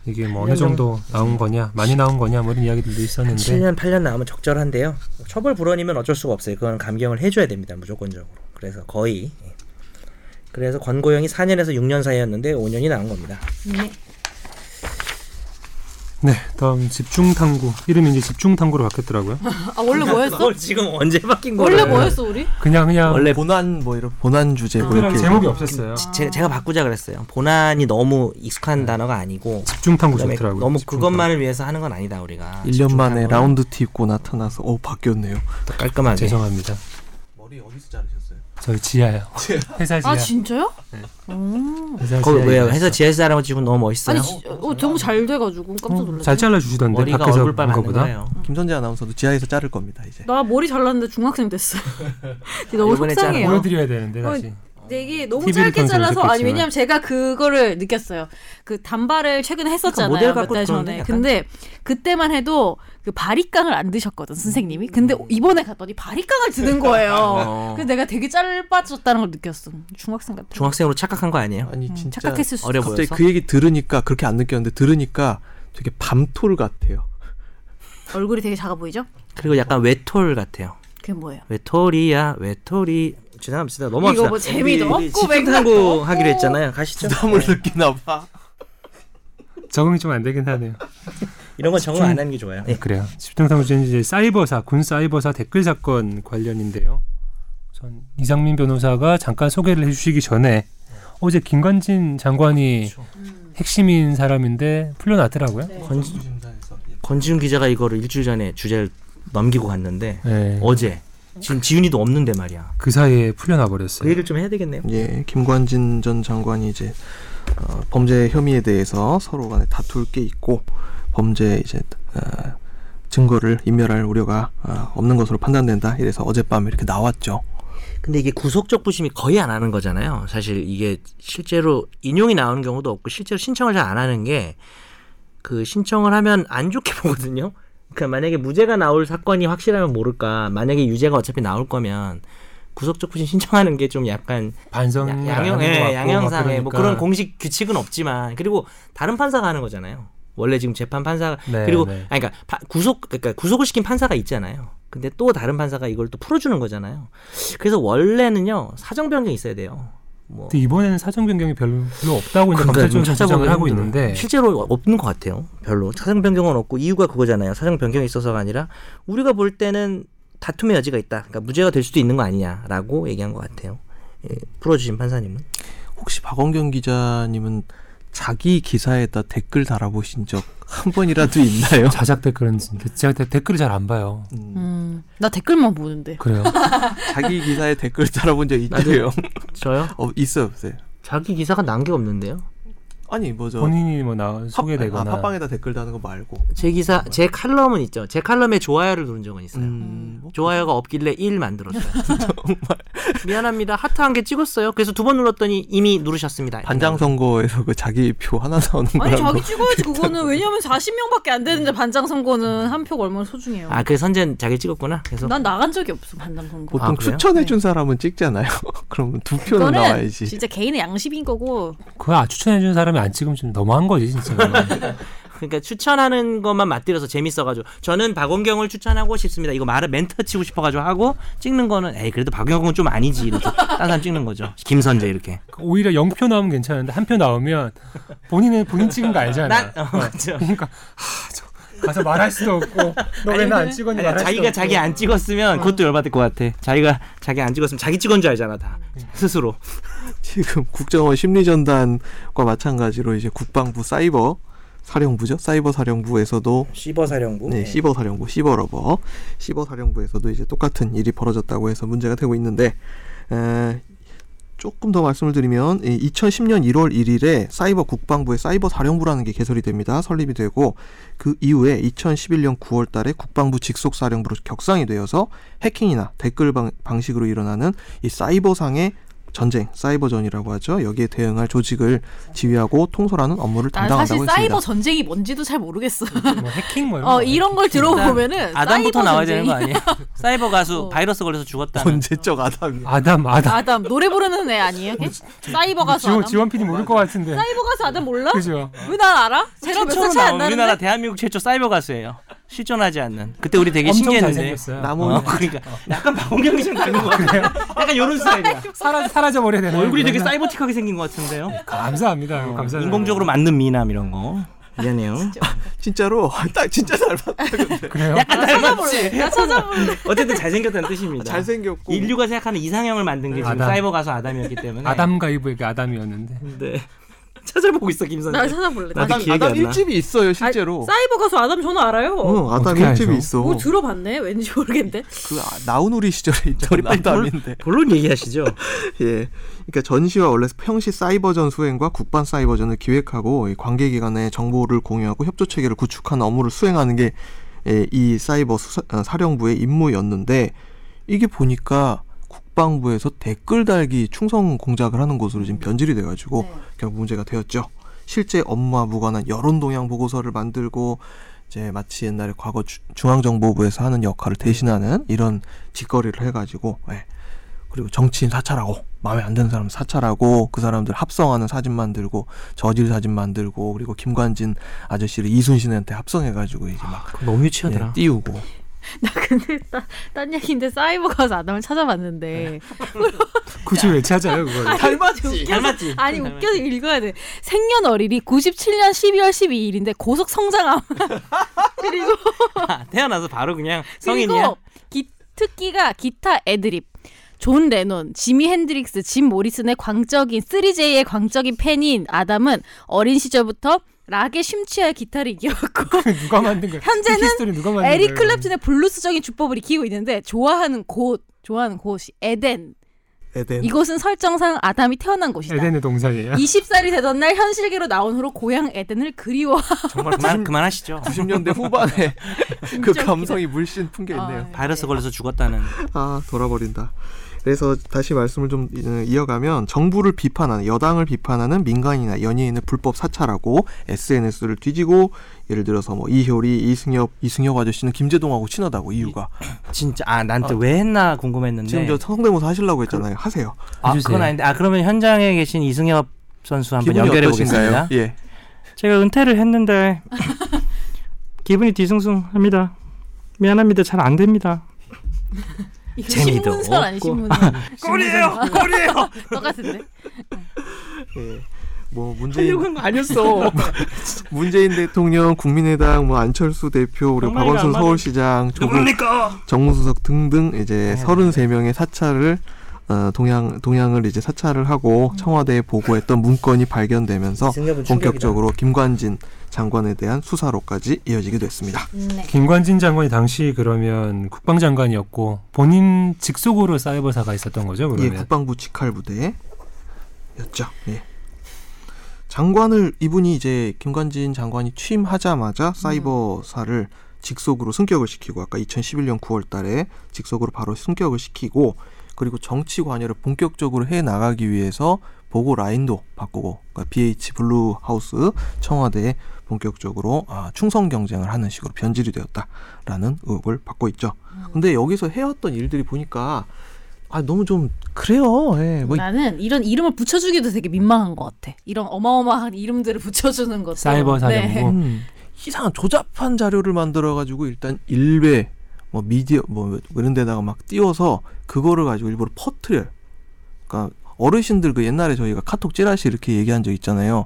이게 뭐 어느 정도 나온 거냐 많이 나온 거냐 뭐 이런 이야기들도 있었는데 7년 8년 나오면 적절한데요. 처벌 불원이면 어쩔 수가 없어요. 그건 감경을 해줘야 됩니다 무조건적으로. 그래서 거의 예. 그래서 권고형이 4년에서 6년 사이였는데 5년이 나온 겁니다. 네. 네, 다음 집중 탐구. 이름이 이제 집중 탐구로 바뀌었더라고요. 아 원래 뭐였어? 그걸 지금 언제 바뀐 거예요? 원래 뭐였어 우리? 그냥 그냥 원래 본안 뭐 이런 본안 주제 뭐 특별한 이렇게 제목이 없었어요. 제, 제가 바꾸자 그랬어요. 본안이 너무 익숙한 단어가 아니고 집중 탐구 그다음에 좋더라고요. 너무 집중 그것만을 위해서 하는 건 아니다 우리가. 1년 만에 집중하고 라운드 티 입고 나타나서 어 바뀌었네요. 더 탐구. 깔끔하게. 죄송합니다. 머리 어디서 자르셨어요? 저희 지하요. 회사 지하. 아 진짜요? 회사 거기 지하에 왜요? 있어요. 회사 지하 사람은 지금 너무 멋있어요. 아니 지, 어, 너무 잘 돼가지고 깜짝 놀랐어. 잘 잘라 주시던데 머리가 밖에서 얼굴 본 빨간 거보다. 거예요. 김선재 아나운서도 지하에서 자를 겁니다 이제. 나 머리 잘랐는데 중학생 됐어. 너무 요번에 짠 속상해요. 보여드려야 되는데 다시. 근데 이게 너무 TV를 짧게 통해서 잘라서 아니 느꼈지만. 왜냐면 제가 그거를 느꼈어요. 그 단발을 최근에 했었잖아요. 그러니까 모델 갖고 몇달 그러는데 전에. 약간. 근데 그때만 해도 그 바리깡을 안 드셨거든 선생님이. 근데 이번에 갔더니 바리깡을 드는 거예요. 음. 어. 그래서 내가 되게 짧아졌다는 걸 느꼈어. 중학생 같아. 중학생으로 착각한 거 아니에요? 음, 아니 진짜 착각했을 수도 어려 있어. 보여. 갑자기 그 얘기 들으니까 그렇게 안 느꼈는데 들으니까 되게 밤톨 같아요. 얼굴이 되게 작아 보이죠? 그리고 약간 외톨 같아요. 그게 뭐예요? 외톨이야 외톨이. 죄송합니다. 넘어갑시다. 이거 뭐 재미도 우리 없고 맥락도 집중탐구 하기로 했잖아요. 가시죠. 네. 네. 부담을 느끼나 봐. 적응이 좀 안 되긴 하네요. 이런 건 적응 안 하는 게 좋아요. 예. 그래요. 집중 탐구 주제는 네, 이제 사이버사 군 사이버사 댓글 사건 관련인데요. 전 이상민 변호사가 잠깐 소개를 해주시기 전에 어제 김관진 장관이 음. 핵심인 사람인데 풀려났더라고요. 권지, 권지훈 기자가 이거를 일주일 전에 주제를 넘기고 갔는데 네. 어제 지금 지훈이도 없는데 말이야. 그 사이에 풀려나 그 버렸어요. 얘기를 좀 해야 되겠네요. 예, 김관진 전 장관이 이제 어, 범죄 혐의에 대해서 서로 간에 다툴 게 있고 범죄 이제 어, 증거를 인멸할 우려가 어, 없는 것으로 판단된다. 이래서 어젯밤 이렇게 나왔죠. 근데 이게 구속적 부심이 거의 안 하는 거잖아요. 사실 이게 실제로 인용이 나오는 경우도 없고 실제로 신청을 잘 안 하는 게 그 신청을 하면 안 좋게 보거든요. 그러니까 만약에 무죄가 나올 사건이 확실하면 모를까. 만약에 유죄가 어차피 나올 거면 구속적 부심 신청하는 게 좀 약간 반성 야- 양형, 예, 예, 양형상에 뭐 그러니까. 그런 공식 규칙은 없지만 그리고 다른 판사가 하는 거잖아요. 원래 지금 재판 판사가 네, 그리고 네. 아니 그러니까 파- 구속 그러니까 구속을 시킨 판사가 있잖아요. 근데 또 다른 판사가 이걸 또 풀어주는 거잖아요. 그래서 원래는요 사정 변경이 있어야 돼요. 뭐 근데 이번에는 사정 변경이 별로, 별로 없다고 네, 뭐 이제 그러니까 검찰 좀 쪽에서 주장을 찾아보면 하고 힘들어요. 있는데 실제로 없는 것 같아요. 별로 사정 변경은 없고 이유가 그거잖아요. 사정 변경이 있어서가 아니라 우리가 볼 때는 다툼의 여지가 있다. 그러니까 무죄가 될 수도 있는 거 아니냐라고 얘기한 것 같아요. 예, 풀어주신 판사님은. 혹시 박원경 기자님은 자기 기사에다 댓글 달아보신 적 한 번이라도 있나요? 자작 댓글은 진짜- 제가 대- 댓글을 잘 안 봐요. 음, 나 댓글만 보는데. 그래요. 자기 기사에 댓글 달아본 적 있대요. 저요? 어, 있어요, 없어요? 자기 기사가 난 게 없는데요. 아니 뭐죠? 본인이 뭐 나 팝- 아, 소개되거나 팟빵에다 댓글 다는 거 말고. 제 기사 제 칼럼은 있죠. 제 칼럼에 좋아요를 누른 적은 있어요. 음, 뭐 좋아요가 없길래 1 만들었어요. 미안합니다. 하트 한 개 찍었어요. 그래서 두 번 눌렀더니 이미 누르셨습니다. 반장 선거에서 그 자기 표 하나 나오는 아니 거라고. 자기 찍어야지 그거는 왜냐면 40명밖에 안 되는데 반장 선거는 한 표가 얼마나 소중해요. 아, 그 선재는 자기 찍었구나. 그래서 난 나간 적이 없어 반장 선거. 보통 아, 그래요? 추천해준 사람은 찍잖아요. 그러면 두 표는 나와야지. 진짜 개인의 양심인 거고 그거 아, 추천해주는 사람이 안 찍으면 좀 너무한 거지 진짜. 그러니까 추천하는 것만 맞들여서 재밌어가지고 저는 박원경을 추천하고 싶습니다. 이거 말을 멘트 치고 싶어가지고 하고 찍는 거는 에이 그래도 박원경은 좀 아니지. 이렇게 딴 사람 찍는 거죠. 김선재 이렇게. 오히려 0표 나오면 괜찮은데 한 표 나오면 본인은 본인 찍은 거 알잖아. 그러니까 난 어, 그렇죠. 가서 말할 수도 없고 너 왜 나 안 찍었니? 아니, 말할 어. 자기가 수도 자기 안 찍었으면 그것도 열받을 것 같아. 자기가 자기 안 찍었으면 자기 찍은 줄 알잖아 다 네. 스스로. 지금 국정원 심리전단과 마찬가지로 이제 국방부 사이버 사령부죠. 사이버 사령부에서도 시버 사령부. 네, 시버 사령부, 시버 러버, 시버 사령부에서도 이제 똑같은 일이 벌어졌다고 해서 문제가 되고 있는데 에, 조금 더 말씀을 드리면 이 2010년 1월 1일에 사이버 국방부의 사이버 사령부라는 게 개설이 됩니다. 설립이 되고 그 이후에 2011년 9월 달에 국방부 직속 사령부로 격상이 되어서 해킹이나 댓글 방, 식으로 일어나는 이 사이버상의 전쟁, 사이버전이라고 하죠. 여기에 대응할 조직을 지휘하고 통솔하는 업무를 난 아, 담당한다고 음, 사실 했습니다. 사이버 전쟁이 뭔지도 잘 모르겠어. 없고. 뭐 해킹 뭐 이런 어 거. 이런 걸 들어보면은 사이버 아담부터 나와야 전쟁이- 되는 거 아니야? 사이버 가수 어. 바이러스 걸려서 죽었다는. 언제적 아담이 아담 아담. 아담 노래 부르는 애 아니에요? 걔? 사이버 가수 지원 아담. 지원 PD 모를 것 같은데. 사이버 가수 아담 몰라? 그죠. 왜 난 알아? 제가 몇 살 최초로 차이 안 나온 우리나라 나는데. 대한민국 최초 사이버 가수예요. 실존하지 않는. 그때 우리 되게 엄청 신기했는데. 잘생겼어요. 나무 어, 그러니까 약간 박원경이 좀 닮은 것 같아요. 약간 이런 스타일이야. 사라 사라져 버려야 되는. 네, 얼굴이 되게 사이버틱하게 생긴 것 같은데요. 감사합니다. 감사합니다. 인공적으로 만든 미남 이런 거. 미안해요. 진짜로 딱 진짜 닮았다. 근데 그래요? 약간 닮았지. 나 찾아볼래. 어쨌든 잘생겼다는 뜻입니다. 잘생겼고 인류가 생각하는 이상형을 만든 게 지금 네. 아담. 사이버 가수 아담이었기 때문에. 아담 가이브에게 아담이었는데. 네. 찾아보고 있어 김 나 선생. 찾아볼래. 나도 아담 기억이 아담 안 나. 1집이 있어요 아니, 실제로. 사이버 가수 아담 저는 알아요. 응 아담 어떻게 1집이 알죠? 있어. 뭐 들어봤네. 왠지 모르겠는데. 그 아- 나우누리 시절에 있잖아 아담인데. 본론 얘기하시죠. 예. 그러니까 전시와 원래 평시 사이버전 수행과 국반 사이버전을 기획하고 이 관계기관에 정보를 공유하고 협조 체계를 구축하는 업무를 수행하는 게 이 사이버 수사, 어, 사령부의 임무였는데 이게 보니까 국방부에서 댓글 달기 충성 공작을 하는 것으로 지금 변질이 돼가지고 결국 문제가 되었죠. 실제 업무와 무관한 여론 동향 보고서를 만들고 이제 마치 옛날에 과거 주- 중앙정보부에서 하는 역할을 대신하는 이런 짓거리를 해가지고 예. 그리고 정치인 사찰하고 마음에 안 드는 사람 사찰하고 그 사람들 합성하는 사진 만들고 저질 사진 만들고 그리고 김관진 아저씨를 이순신한테 합성해가지고 이제 막 너무 예, 띄우고 나 근데 딴, 딴 얘기인데 사이버 가수 아담을 네. 찾아봤는데. 굳이 왜 찾아요 그걸? 닮았지. 닮았지. 아니 웃겨서 읽어야 돼. 생년월일이 97년 12월 12일인데 고속 성장함. 그리고 아, 태어나서 바로 그냥 성인이야. 그리고 기, 특기가 기타 애드립. 존 레논, 지미 핸드릭스, 짐 모리슨의 광적인 3J의 광적인 팬인 아담은 어린 시절부터 락의 심취하여 기타를 이겨왔고 누가 만든 거야? 현재는 히스토리 누가 만든 에릭 거예요? 클랩튼의 블루스적인 주법을 익히고 있는데 좋아하는 곳, 좋아하는 곳이 에덴. 에덴 이곳은 설정상 아담이 태어난 곳이다. 에덴의 동산이에요. 20살이 되던 날 현실계로 나온 후로 고향 에덴을 그리워. 뭐, 정말 그만 그만하시죠. 90년대 후반에 그 웃기다. 감성이 물씬 풍겨 아, 어, 있네요. 바이러스 걸려서 죽었다는. 아 돌아버린다. 그래서 다시 말씀을 좀 이- 이어가면 정부를 비판하는 여당을 비판하는 민간이나 연예인을 불법 사찰하고 SNS를 뒤지고 예를 들어서 뭐 이효리, 이승엽, 이승엽 아저씨는 김재동하고 친하다고 이유가 진짜 아 나한테 왜 했나 궁금했는데. 지금 저 성대모사 하시려고 했잖아요. 하세요. 아 해주세요. 그건 아닌데 아 그러면 현장에 계신 이승엽 선수 한번 기분이 연결해 어떠신가요? 보겠습니다. 예. 제가 은퇴를 했는데 기분이 뒤숭숭합니다. 미안합니다. 잘 안 됩니다. 이거 재미도 신문선 아니 없고. 신문선. 꼴이에요. 꼴이에요. 똑같은데. 예. 뭐 문재인 하려고 네. 한거 아니었어. 문재인 대통령, 국민의당, 뭐 안철수 대표, 그리고 정말 박원순 얼마나- 서울시장, 조국 누굽니까? 정무수석 등등 이제 33명의 사찰을 어, 동양 동양을 이제 사찰을 하고 청와대에 보고했던 문건이 발견되면서 이승엽은 본격적으로 김관진 장관에 대한 수사로까지 이어지게 됐습니다. 네. 김관진 장관이 당시 그러면 국방장관이었고 본인 직속으로 사이버사가 있었던 거죠 예, 그러면? 국방부 직할 부대였죠. 예. 장관을 이분이 이제 김관진 장관이 취임하자마자 사이버사를 직속으로 승격을 시키고 아까 2011년 9월달에 직속으로 바로 승격을 시키고 그리고 정치 관여를 본격적으로 해 나가기 위해서 보고 라인도 바꾸고 그러니까 BH 블루하우스 청와대에 본격적으로 아, 충성 경쟁을 하는 식으로 변질이 되었다라는 의혹을 받고 있죠. 근데 여기서 해왔던 일들이 보니까 아 너무 좀 그래요. 예, 뭐 나는 이런 이름을 붙여주기도 되게 민망한 것 같아. 이런 어마어마한 이름들을 붙여주는 것도. 네. 사이버사령부. 음, 이상한 조잡한 자료를 만들어 가지고 일단 일베 뭐 미디어 뭐 이런 데다가 막 띄워서 그거를 가지고 일부러 퍼트려요. 그러니까 어르신들 그 옛날에 저희가 카톡 찌라시 이렇게 얘기한 적 있잖아요.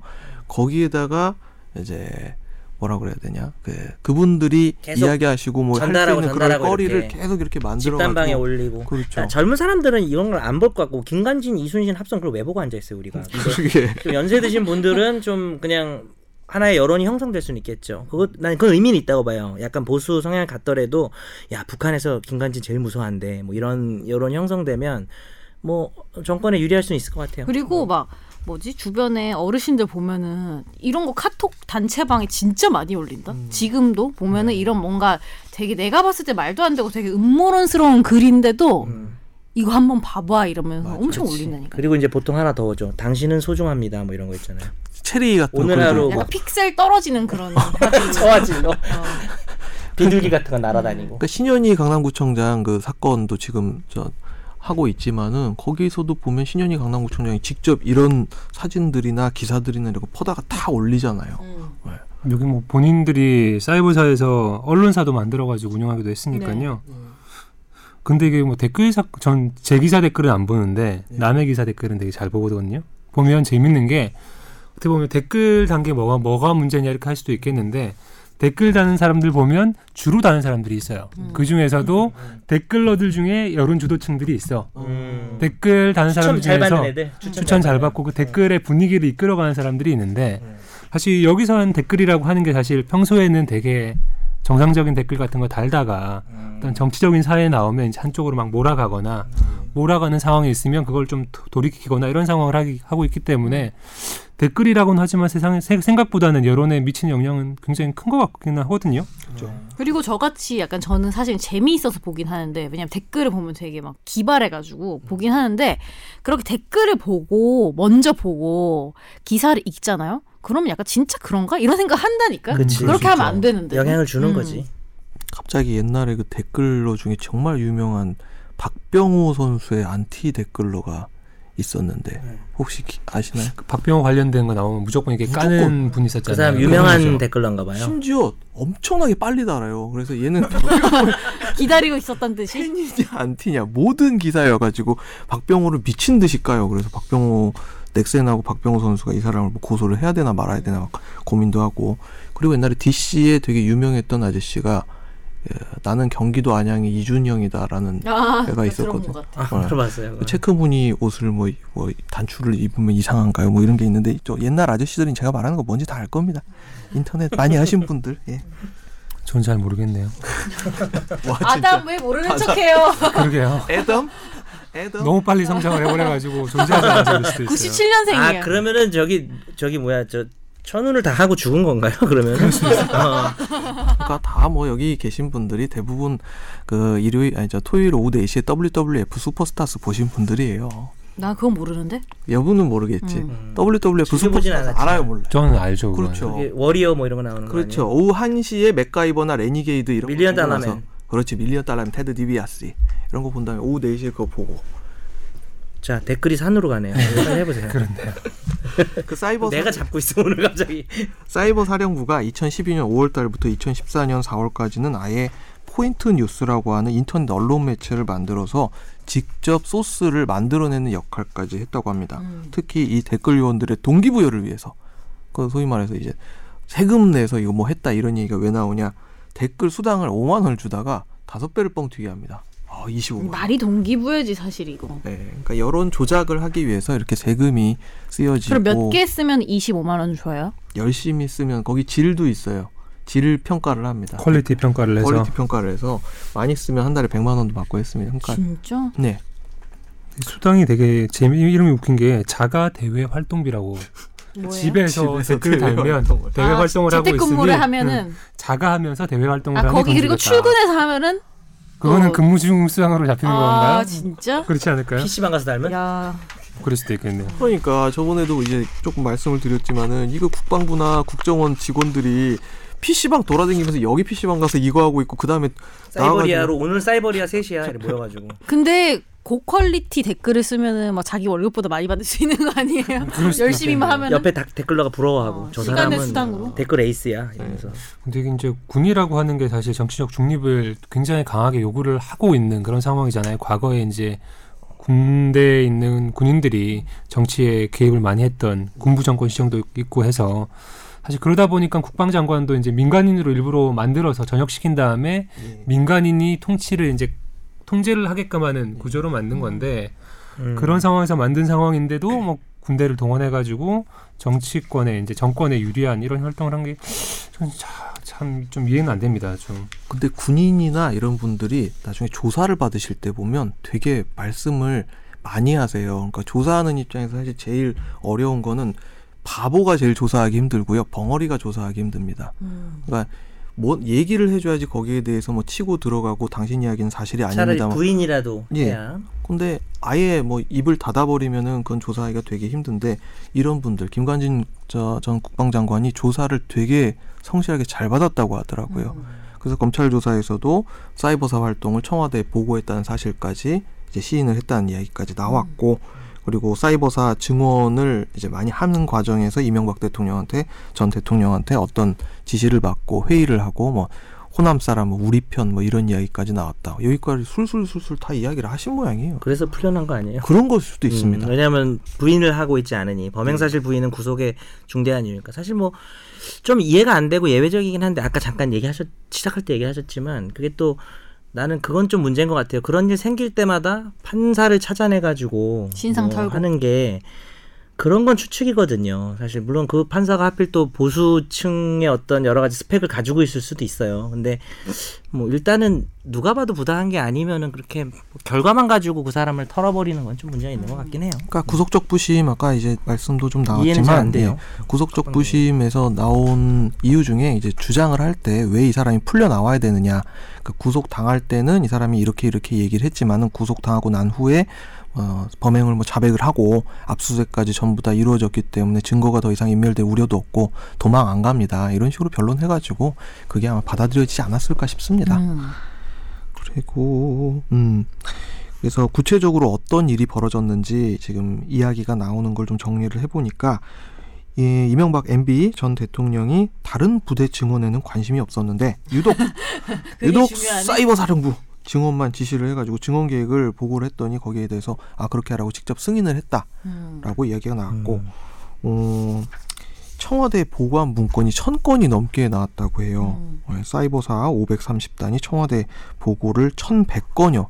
거기에다가 이제 뭐라 그래야 되냐? 그 그분들이 계속 이야기하시고 뭐할수 전달하고 있는 그런 전달하고 거리를 이렇게 계속 이렇게 만들어 뭐, 집단방에 가지고 올리고. 그렇죠. 아, 젊은 사람들은 이런 걸 안 볼 것 같고 김관진, 이순신 합성 그걸 왜 보고 앉아 있어요 우리가. 그게 좀 연세 드신 분들은 좀 그냥 하나의 여론이 형성될 수는 있겠죠. 그거 난 그건 의미는 있다고 봐요. 약간 보수 성향 같더라도 야 북한에서 김관진 제일 무서워한데 뭐 이런 여론이 형성되면 뭐 정권에 유리할 수는 있을 것 같아요. 그리고 막 뭐지 주변에 어르신들 보면은 이런 거 카톡 단체방에 진짜 많이 올린다. 음. 지금도 보면은 네. 이런 뭔가 되게 내가 봤을 때 말도 안 되고 되게 음모론스러운 글인데도 음. 이거 한번 봐봐 이러면서 맞아, 엄청 그치. 올린다니까. 그리고 이제 보통 하나 더 오죠. 당신은 소중합니다. 뭐 이런 거 있잖아요. 체리 같은 오늘 그런 하루 거. 약간 픽셀 떨어지는 그런. 저하지 너. 비둘기 같은 거 날아다니고. 그러니까 신현희 강남구청장 그 사건도 지금 저 하고 있지만은 거기서도 보면 신현희 강남구청장이 직접 이런 사진들이나 기사들이나 이런 거 퍼다가 다 올리잖아요. 음. 여기 뭐 본인들이 사이버사에서 언론사도 만들어가지고 운영하기도 했으니까요. 근데 이게 뭐 댓글 사, 전 제 기사 댓글은 안 보는데 남의 기사 댓글은 되게 잘 보거든요. 보면 재밌는 게 어떻게 보면 댓글 단 게 뭐가 뭐가 문제냐 이렇게 할 수도 있겠는데 댓글 다는 사람들 보면 주로 다는 사람들이 있어요. 그 중에서도 댓글러들 중에 여론 주도층들이 있어. 음. 댓글 다는 그 사람들 추천 잘 네. 받는 중에서 애들 추천 잘 받고 그 댓글의 분위기를 이끌어가는 사람들이 있는데 음. 사실 여기서 한 댓글이라고 하는 게 사실 평소에는 되게 정상적인 댓글 같은 거 달다가 음. 어떤 정치적인 사회에 나오면 이제 한쪽으로 막 몰아가거나 음. 몰아가는 상황이 있으면 그걸 좀 도- 돌이키거나 이런 상황을 하기, 하고 있기 때문에 댓글이라고는 하지만 세상에 세- 생각보다는 여론에 미치는 영향은 굉장히 큰 것 같기는 하거든요. 그리고 저같이 약간 저는 사실 재미있어서 보긴 하는데 왜냐면 댓글을 보면 되게 막 기발해가지고 보긴 하는데 그렇게 댓글을 보고 먼저 보고 기사를 읽잖아요. 그럼 약간 진짜 그런가 이런 생각 한다니까. 그치, 그러니까 그렇게 그렇죠. 하면 안 되는데. 영향을 주는 음. 거지. 갑자기 옛날에 그 댓글러 중에 정말 유명한 박병호 선수의 안티 댓글러가 있었는데 혹시 기- 아시나요? 그 박병호 관련된 거 나오면 무조건 이게 무조건. 까는 분이 그 있었잖아요. 그렇죠. 사람 유명한 음. 그분이죠. 댓글러인가 봐요. 심지어 엄청나게 빨리 달아요. 그래서 얘는 기다리고 있었던 듯이. 팬이냐 안티냐 모든 기사여가지고 박병호를 미친 듯이 까요. 그래서 박병호 넥센하고 박병호 선수가 이 사람을 뭐 고소를 해야 되나 말아야 되나 막 고민도 하고 그리고 옛날에 DC에 되게 유명했던 아저씨가 예, 나는 경기도 안양의 이준영이다라는 아, 애가 들어본 있었거든. 것 같아. 아, 어. 들어봤어요. 그 체크무늬 옷을 뭐, 이- 뭐 단추를 입으면 이상한가요? 뭐 이런 게 있는데 저 옛날 아저씨들은 제가 말하는 거 뭔지 다 알 겁니다. 인터넷 많이 하신 분들. 예. 전 잘 모르겠네요. 와 아담 왜 모르는 척해요? 그러게요. 애덤? 애덤? 너무 빨리 성장을 해버려가지고 존재하지 않을 수도 그 있어요. 97년생이에요. 아 그러면은 저기 저기 뭐야 저 천운을 다 하고 죽은 건가요? 그러면 어, 그러니까 다 뭐 여기 계신 분들이 대부분 그 일요일 아니 저 토요일 오후 4시에 WWF 슈퍼스타스 보신 분들이에요. 나 그건 모르는데. 여분은 모르겠지. WWF 즐겨보진 슈퍼스타스 음. 않았지만. 알아요 몰라요. 저는 알죠. 그건. 그렇죠. 저기 워리어 뭐 이런 거 나오는 거 그렇죠. 오후 1시에 맥가이버나 레니게이드 이런 밀리언 거 보고 달러맨. 나서 그렇지. 밀리언 달러맨 테드 디비아스 이런 거 본 다음에 오후 4시에 그거 보고 아니에요? 자 댓글이 산으로 가네요. 일단 해보세요. 그 사이버 내가 사- 잡고 있어 오늘 갑자기. 사이버 사령부가 2012년 5월달부터 2014년 4월까지는 아예 포인트 뉴스라고 하는 인터넷 언론 매체를 만들어서 직접 소스를 만들어내는 역할까지 했다고 합니다. 음. 특히 이 댓글 요원들의 동기부여를 위해서 그 소위 말해서 이제 세금 내서 이거 뭐 했다 이런 얘기가 왜 나오냐 댓글 수당을 5만 원을 주다가 다섯 배를 뻥튀기 합니다. 아 25만 원. 말이 동기부여지 사실 이거. 네, 그러니까 여론 조작을 하기 위해서 이렇게 세금이 쓰여지고 그럼 몇 개 쓰면 25만 원 줘요? 열심히 쓰면 거기 질도 있어요. 질 평가를 합니다. 퀄리티 평가를 해서 퀄리티 평가를 해서 많이 쓰면 한 달에 100만 원도 받고 했습니다. 평가. 진짜? 네. 수당이 되게 재미 이름이 웃긴 게 자가 대외 활동비라고 뭐예요? 집에서, 집에서 댓글 대외 달면 활동을. 대외 아, 활동을 하고 있으니 재택근무를 하면은 응, 자가 하면서 대외 활동을 아 하는 거기 그리고 경우가 있다. 출근해서 하면은 그거는 또- 근무 중 수당으로 잡히는 아 건가요? 진짜? 그렇지 네? 않을까요? PC방 가서 달면 야 그럴 수도 있겠네요. 그러니까 저번에도 이제 조금 말씀을 드렸지만은 이거 국방부나 국정원 직원들이 PC방 돌아다니면서 여기 PC방 가서 이거 하고 있고 그다음에 사이버리아로 오늘 사이버리아 셋이야 이렇게 모여가지고 근데 고퀄리티 댓글을 뭐 쓰면은 막 자기 월급보다 많이 받을 수 있는 거 아니에요? 열심히만 하면은 옆에 다, 댓글러가 부러워하고 어, 저 시간의 사람은 수당으로? 댓글 에이스야 이러면서 네. 근데 이게 이제 군이라고 하는 게 사실 정치적 중립을 굉장히 강하게 요구를 하고 있는 그런 상황이잖아요. 과거에 이제 군대에 있는 군인들이 정치에 개입을 많이 했던 군부 정권 시정도 있고 해서 사실 그러다 보니까 국방장관도 이제 민간인으로 일부러 만들어서 전역시킨 다음에 민간인이 통치를 이제 통제를 하게끔 하는 구조로 만든 건데 음. 그런 상황에서 만든 상황인데도 뭐 군대를 동원해 가지고 정치권에 이제 정권에 유리한 이런 활동을 한게참좀 이해는 안 됩니다. 좀 근데 군인이나 이런 분들이 나중에 조사를 받으실 때 보면 되게 말씀을 많이 하세요. 그러니까 조사하는 입장에서 사실 제일 어려운 거는 바보가 제일 조사하기 힘들고요. 벙어리가 조사하기 힘듭니다. 음. 그러니까 뭐 얘기를 해줘야지 거기에 대해서 뭐 치고 들어가고 당신 이야기는 사실이 차라리 아닙니다만 부인이라도 예. 해야 근데 아예 뭐 입을 닫아버리면은 그건 조사하기가 되게 힘든데 이런 분들 김관진 저- 전 국방장관이 조사를 되게 성실하게 잘 받았다고 하더라고요. 그래서 검찰 조사에서도 사이버사 활동을 청와대에 보고했다는 사실까지 이제 시인을 했다는 이야기까지 나왔고 그리고 사이버사 증언을 이제 많이 하는 과정에서 이명박 대통령한테 전 대통령한테 어떤 지시를 받고 회의를 하고 뭐 호남 사람은 우리 편 뭐 이런 이야기까지 나왔다. 여기까지 술술술술 다 이야기를 하신 모양이에요. 그래서 풀려난 거 아니에요? 그런 걸 수도 있습니다. 네. 음, 왜냐하면 부인을 하고 있지 않으니 범행 사실 부인은 구속의 중대한 이유니까 사실 뭐 좀 이해가 안 되고 예외적이긴 한데 아까 잠깐 얘기하셨 시작할 때 얘기하셨지만 그게 또 나는 그건 좀 문제인 것 같아요. 그런 일 생길 때마다 판사를 찾아내 가지고 뭐 신상 털고. 하는 게 그런 건 추측이거든요. 사실 물론 그 판사가 하필 또 보수층의 어떤 여러 가지 스펙을 가지고 있을 수도 있어요. 근데 뭐 일단은 누가 봐도 부당한 게 아니면은 그렇게 뭐 결과만 가지고 그 사람을 털어버리는 건 좀 문제가 있는 것 같긴 해요. 그러니까 구속적 부심 아까 이제 말씀도 좀 이해는 잘 안 나왔지만 돼요. 예, 구속적 어떤 부심에서 나온 이유 중에 이제 주장을 할 때 왜 이 사람이 풀려 나와야 되느냐. 그 구속 당할 때는 이 사람이 이렇게 이렇게 얘기를 했지만은 구속 당하고 난 후에 어, 범행을 뭐 자백을 하고 압수수색까지 전부 다 이루어졌기 때문에 증거가 더 이상 인멸될 우려도 없고 도망 안 갑니다. 이런 식으로 변론해가지고 그게 아마 받아들여지지 않았을까 싶습니다. 음. 그리고 음 그래서 구체적으로 어떤 일이 벌어졌는지 지금 이야기가 나오는 걸 좀 정리를 해보니까 예, 이명박 MB 전 대통령이 다른 부대 증언에는 관심이 없었는데 유독 그게 유독 중요하네. 사이버 사령부 증언만 지시를 해가지고 증언 계획을 보고를 했더니 거기에 대해서 아 그렇게 하라고 직접 승인을 음. 했다라고 이야기가 나왔고 음. 어, 청와대 보관 문건이 천 건이 넘게 나왔다고 해요. 음. 어, 사이버사 530단이 청와대 보고를 1,100건여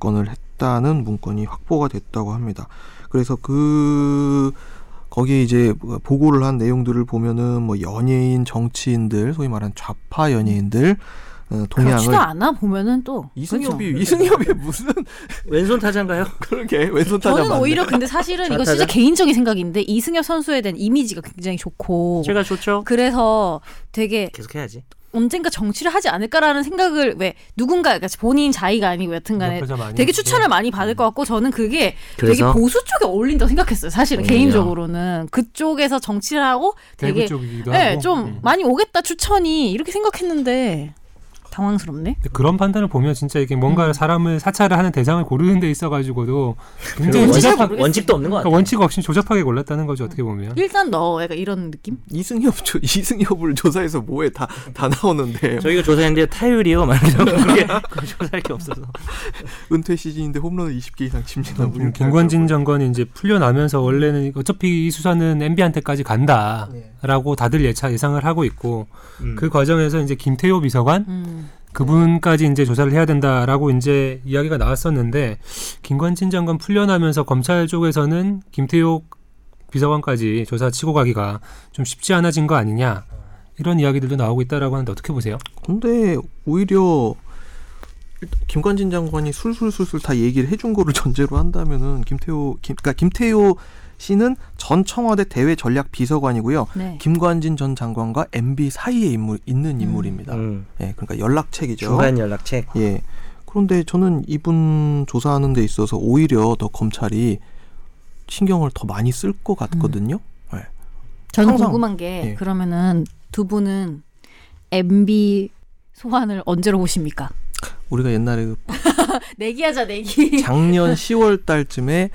건을 했다는 문건이 확보가 됐다고 합니다. 그래서 그 거기에 이제 보고를 한 내용들을 보면은 뭐 연예인, 정치인들, 소위 말하는 좌파 연예인들 어, 그렇지도 동향을 않아 그렇죠. 보면은 또 이승엽이 이승엽이 무슨 왼손 타자인가요? 그러게 왼손 타자 저는 맞네. 오히려 근데 사실은 이거 좌타자? 진짜 개인적인 생각인데 이승엽 선수에 대한 이미지가 굉장히 좋고 제가 좋죠. 그래서 되게 계속 해야지. 언젠가 정치를 하지 않을까라는 생각을 왜 누군가 그러니까 본인 자의가 아니고 여튼간에 옆에서 많이 그러니까 되게 이제 추천을 많이 받을 것 같고 저는 그게 그래서? 되게 보수 쪽에 어울린다고 생각했어요. 사실은 오히려. 개인적으로는 그쪽에서 정치를 하고 대구 되게 쪽이기도 네, 하고 좀 음. 많이 오겠다 추천이 이렇게 생각했는데 당황스럽네. 근데 그런 판단을 보면 진짜 이게 음. 뭔가 사람을 사찰을 하는 대상을 고르는 데 있어 가지고도 굉장히 그리고 뭔지 잘 조잡하- 모르겠어요. 원칙도 없는 것 같아요. 그러니까 원칙 없이 조잡하게 골랐다는 거죠 어떻게 보면 일단 넣어 약간 이런 느낌? 이승엽 조, 이승엽을 조사해서 뭐해 다 다 나오는데 저희가 조사했는데 타율이요, 막 이러고 그게 조사할 게 없어서. 은퇴 시즌인데 홈런을 20개 이상 칩니다. 뭐 음, 이렇게 김관진 장관이 이제 풀려나면서 원래는 어차피 이 수사는 MB한테까지 간다라고 다들 예차 예상을 하고 있고 음. 그 과정에서 이제 김태호 비서관 음. 그분까지 이제 조사를 해야 된다라고 이제 이야기가 나왔었는데 김관진 장관 풀려나면서 검찰 쪽에서는 김태호 비서관까지 조사 치고 가기가 좀 쉽지 않아진 거 아니냐 이런 이야기들도 나오고 있다라고 하는데 어떻게 보세요? 근데 오히려 일단 김관진 장관이 술술술술 다 얘기를 해준 거를 전제로 한다면은 김태호 김, 그러니까 김태호 씨는 전 청와대 대외 전략 비서관이고요. 네. 김관진 전 장관과 MB 사이에 인물 있는 인물입니다. 음. 예, 그러니까 연락책이죠. 중간 연락책. 예. 그런데 저는 이분 조사하는 데 있어서 오히려 더 검찰이 신경을 더 많이 쓸 것 음. 같거든요. 예. 저는 항상- 궁금한 게 예. 그러면은 두 분은 MB 소환을 언제로 보십니까? 우리가 옛날에 그 내기하자 내기. 작년 10월 달쯤에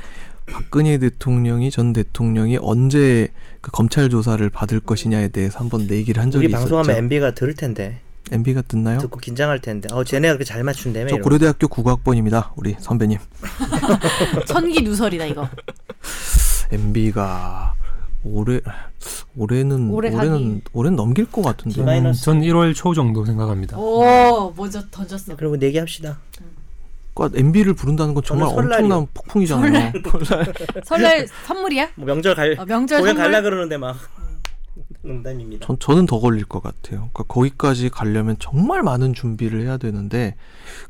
박근혜 대통령이 전 대통령이 언제 그 검찰 조사를 받을 것이냐에 대해서 한번 내기를 한 적이 우리 있었죠. 방송하면 MB가 들을 텐데 MB가 듣나요? 듣고 긴장할 텐데. 어, 쟤네가 그렇게 잘 맞춘다며. 저 이러고. 고려대학교 국악번입니다. 우리 선배님. 천기 누설이다 이거. MB가 올해 올해는 올해 가기. 올해는 올해는 넘길 것 같은데. 디바인- 마이너스. 전 1월 초 정도 생각합니다. 오 먼저 던졌어. 그리고 내기합시다. 그러니까 MB를 부른다는 건 정말 저는 설날이요. 엄청난 폭풍이잖아요. 설날 선물이야? 뭐 명절 갈 어, 명절 공연 선물. 갈라 그러는데 막 농담입니다. 전 저는 더 걸릴 것 같아요. 그러니까 거기까지 가려면 정말 많은 준비를 해야 되는데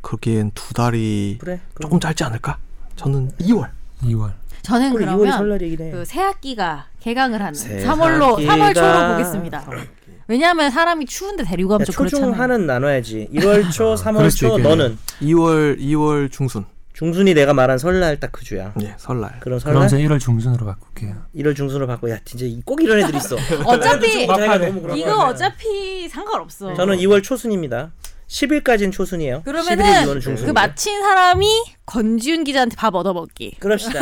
그렇기엔 두 달이 그래. 그럼 조금 짧지 않을까? 저는 2월. 2월. 저는 원래 2월이 그러면 설날이긴 해. 그 새학기가 개강을 하는 네. 새학기가- 3월로 3월 초로 보겠습니다. 왜냐하면 사람이 추운데 데리고 야, 가면 좀 네, 그러니까 초중 그렇잖아요. 아, 하는 나눠야지. 1월 초, 3월 그럴 수도 초 있겠네. 너는 2월 2월 중순. 중순이 내가 말한 설날 딱 그 주야. 예, 설날. 그럼 설날 음. 그럼 저 1월 중순으로 바꿀게요. 1월 중순으로 받고 야 진짜 이- 꼭 이런 애들 있어. 어차피 자기가 막판에. 너무 그런 거 이거 아니야. 어차피 상관없어. 저는 2월 초순입니다. 10일까지는 초순이에요. 11일 이거는 그러면은 중순. 그 마친 사람이 건지훈 기자한테 밥 얻어먹기. 그럽시다.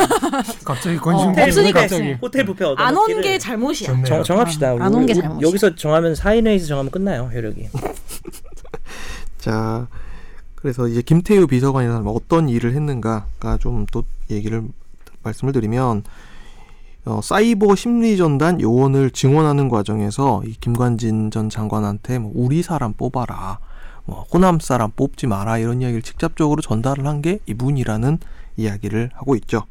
갑자기 어, 건중기 없으니까 갑자기. 없어요. 호텔 부페 얻어 안 온 먹기를. 게 잘못이야. 좋네요. 정, 정합시다. 아, 안온게 우리 잘못이야. 여기서 정하면 사인회에서 정하면 끝나요 효력이. 자, 그래서 이제 김태우 비서관이라는 사람은 어떤 일을 했는가가 좀 또 얘기를 말씀을 드리면 어, 사이버 심리전단 요원을 증원하는 과정에서 이 김관진 전 장관한테 뭐 우리 사람 뽑아라, 뭐 호남 사람 뽑지 마라 이런 이야기를 직접적으로 전달을 한 게 이분이라는 이야기를 하고 있죠.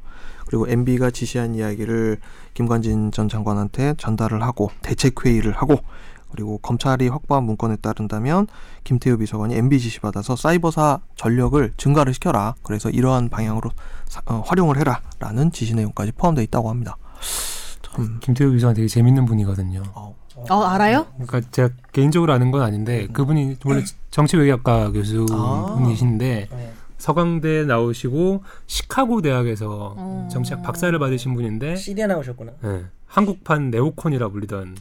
그리고 MB가 지시한 이야기를 김관진 전 장관한테 전달을 하고 대책 회의를 하고 그리고 검찰이 확보한 문건에 따른다면 김태우 비서관이 MB 지시 받아서 사이버사 전력을 증가를 시켜라. 그래서 이러한 방향으로 사- 어, 활용을 해라라는 지시 내용까지 포함되어 있다고 합니다. 참 김태우 교수가 되게 재밌는 분이거든요. 어, 어 알아요? 그러니까 제가 개인적으로 아는 건 아닌데 그분이 원래 정치외교학과 교수분이신데 서강대 나오시고 시카고 대학에서 어. 정치학 박사를 받으신 분인데 시리아 나오셨구나. 예, 한국판 네오콘이라 불리던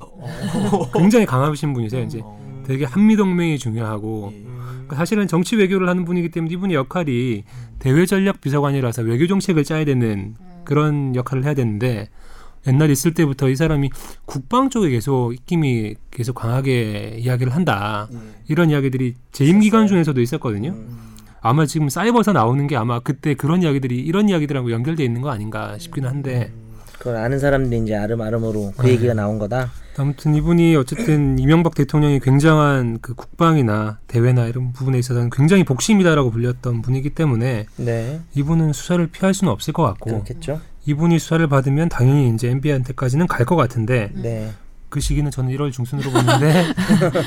굉장히 강하신 분이세요. 이제 되게 한미 동맹이 중요하고 그러니까 사실은 정치 외교를 하는 분이기 때문에 이분의 역할이 대외 전략 비서관이라서 외교 정책을 짜야 되는 그런 역할을 해야 되는데 옛날 있을 때부터 이 사람이 국방 쪽에 계속 입김이 계속 강하게 이야기를 한다 이런 이야기들이 재임 기간 중에서도 예. 있었거든요. 음. 아마 지금 사이버사 나오는 게 아마 그때 그런 이야기들이 이런 이야기들하고 연결돼 있는 거 아닌가 싶기는 한데 그걸 아는 사람들이 이제 아름아름으로 네. 그 얘기가 나온 거다. 아무튼 이분이 어쨌든 이명박 대통령이 굉장한 그 국방이나 대외나 이런 부분에 있어서는 굉장히 복심이다라고 불렸던 분이기 때문에 네. 이분은 수사를 피할 수는 없을 것 같고 그렇겠죠. 이분이 수사를 받으면 당연히 이제 MB한테까지는 갈 것 같은데 음. 네. 그 시기는 저는 1월 중순으로 보는데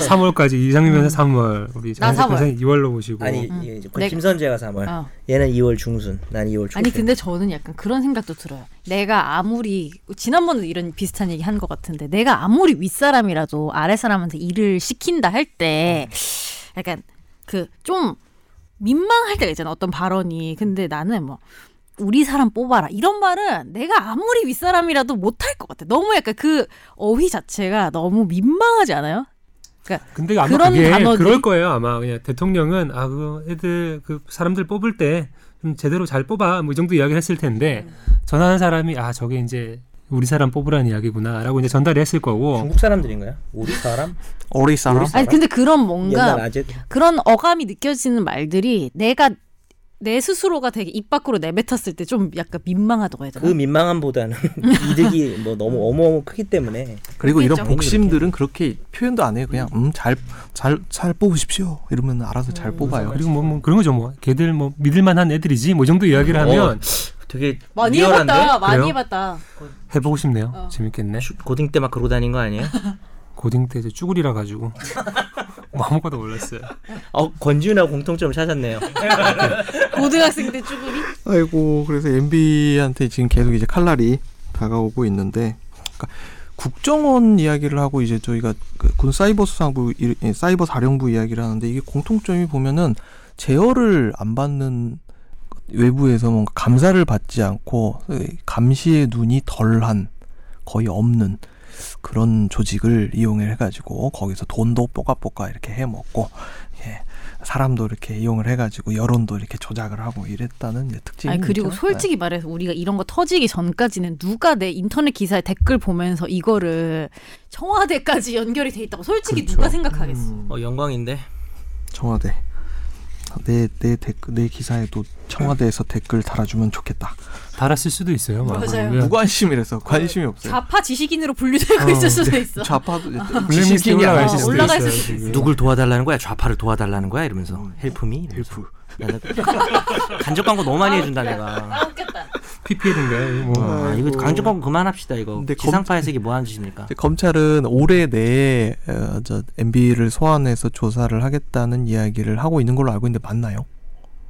3월까지 이상민 변호사 3월 우리 나 장혜석 변호사님 2월로 보시고 아니 음. 이게 이제 내- 김선재가 3월. 어. 얘는 2월 중순. 난 2월 초순. 아니 근데 저는 약간 그런 생각도 들어요. 내가 아무리 지난번에도 이런 비슷한 얘기 한 것 같은데 내가 아무리 윗사람이라도 아랫사람한테 일을 시킨다 할 때 약간 그 좀 민망할 때가 있잖아. 어떤 발언이. 근데 나는 뭐 우리 사람 뽑아라 이런 말은 내가 아무리 윗사람이라도 못할 것 같아. 너무 약간 그 어휘 자체가 너무 민망하지 않아요? 근데 아마 그런 그게 단어들이- 그럴 거예요. 아마 그냥 대통령은 아 그 애들 그 사람들 뽑을 때 좀 제대로 잘 뽑아 뭐 이 정도 이야기를 했을 텐데 전하는 사람이 아 저게 이제 우리 사람 뽑으라는 이야기구나라고 이제 전달을 했을 거고 중국 어, 사람들인가요? 우리 사람? 어리 사람 아니 근데 그런 뭔가 옛날 아재 그런 어감이 느껴지는 말들이 내가 내 스스로가 되게 입 밖으로 내뱉었을 때 좀 약간 민망하다고 해야 그 되나? 민망함보다는 이득이 뭐 너무 음. 어마어마 크기 때문에 그리고 이런 있겠죠. 복심들은 그렇게 표현도 안 해요. 그냥 음 잘 잘 잘 뽑으십시오. 이러면 알아서 잘 뽑아요. 그리고 뭐, 뭐 그런 거죠 뭐 걔들 뭐 믿을만한 애들이지 뭐 이 정도 어. 이야기를 어. 하면 되게 많이 리얼한데? 해봤다, 많이 그래요? 해봤다. 해보고 싶네요. 어. 재밌겠네. 슈- 고딩 때 막 그러고 다닌 거 아니에요? 고딩 때 이제 쭈구리라 가지고 뭐 아무것도 몰랐어요. 어 권지윤하고 공통점을 찾았네요. 고등학생 때 쭈구리? 아이고 그래서 MB한테 지금 계속 이제 칼날이 다가오고 있는데 그러니까 국정원 이야기를 하고 이제 저희가 그 군 사이버 수사부 예, 사이버 사령부 이야기를 하는데 이게 공통점이 보면은 제어를 안 받는 외부에서 뭔가 감사를 받지 않고 예, 감시의 눈이 덜한 거의 없는 그런 조직을 이용해 가지고 거기서 돈도 뽀까뽀까 이렇게 해 먹고 예. 사람도 이렇게 이용을 해가지고 여론도 이렇게 조작을 하고 이랬다는 이제 특징이 아니 네. 그리고 있잖아요. 솔직히 말해서 우리가 이런 거 터지기 전까지는 누가 내 인터넷 기사에 댓글 보면서 이거를 청와대까지 연결이 돼 있다고 솔직히 그렇죠. 누가 생각하겠어? 어 영광인데. 청와대 내 내 댓글 내 기사에도 청와대에서 댓글 달아주면 좋겠다. 달았을 수도 있어요. 뭐. 막. 맞아요. 왜 무관심이라서 관심이 네. 없어요. 좌파 지식인으로 분류되고 있을 수도 있어. 좌파도 이제 블랙리스트 지식인이 올라가 아니라 있을 수도 올라가 있어요. 있을 수도 지금. 누굴 도와달라는 거야? 좌파를 도와달라는 거야? 이러면서 헬프미. 헬프. 나는 간접 광고 너무 많이 해준다 내가. 네. 아 웃겼다. PPL인가요? 뭐. 아, 이거 간접 광고 그만합시다 이거. 근데 지상파에서 이게 뭐 하는 짓입니까? 이제 검찰은 올해 내에 어, 저 MB를 소환해서 조사를 하겠다는 이야기를 하고 있는 걸로 알고 있는데 맞나요?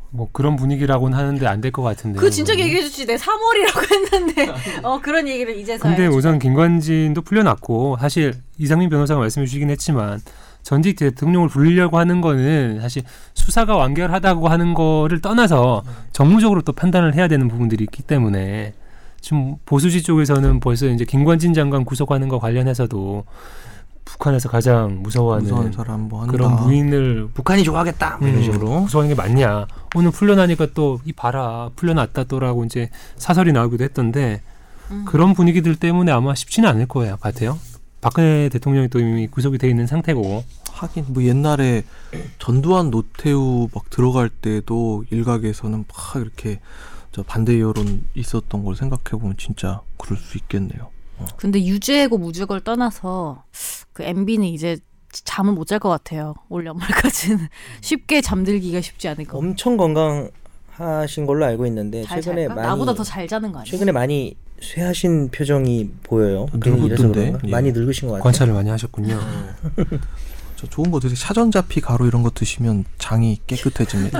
뭐 그런 분위기라고는 하는데 안 될 것 같은데. 뭐. 그 진작 얘기해 주지 내 3월이라고 했는데 어 그런 얘기를 이제서. 근데 우선 김관진도 풀려났고 사실 이상민 변호사가 말씀해 주시긴 했지만 전직 대통령을 불리려고 하는 거는 사실 수사가 완결하다고 하는 거를 떠나서 정무적으로 또 판단을 해야 되는 부분들이 있기 때문에 지금 보수지 쪽에서는 벌써 이제 김관진 장관 구속하는 거 관련해서도 북한에서 가장 무서워하는 무서운 사람 뭐 아, 한다. 네. 그런 무인을 북한이 좋아하겠다 뭐 이런 음. 식으로. 구속하는 게 맞냐 오늘 풀려나니까 또 이 봐라 풀려났다 또라고 이제 사설이 나오기도 했던데 그런 분위기들 때문에 아마 쉽지는 않을 거예요 같아요 박근혜 대통령이 또 이미 구속이 돼 있는 상태고 하긴 뭐 옛날에 전두환 노태우 막 들어갈 때도 일각에서는 막 이렇게 저 반대 여론 있었던 걸 생각해 보면 진짜 그럴 수 있겠네요. 근데 유죄고 무죄고를 떠나서 그 MB는 이제 잠을 못 잘 것 같아요. 올 연말까지는 쉽게 잠들기가 쉽지 않을 것 같아요. 그 엄청 건강하신 걸로 알고 있는데 잘 네, 최근에 잘까? 많이 나보다 더 잘 자는 거 아니야? 최근에 많이 쇠하신 표정이 보여요. 아, 괜히 늙었던데? 이래서 그런가? 예. 많이 늙으신 것 같아요. 관찰을 많이 하셨군요. 저 좋은 거 드세요. 차전자피 가루 이런 거 드시면 장이 깨끗해집니다.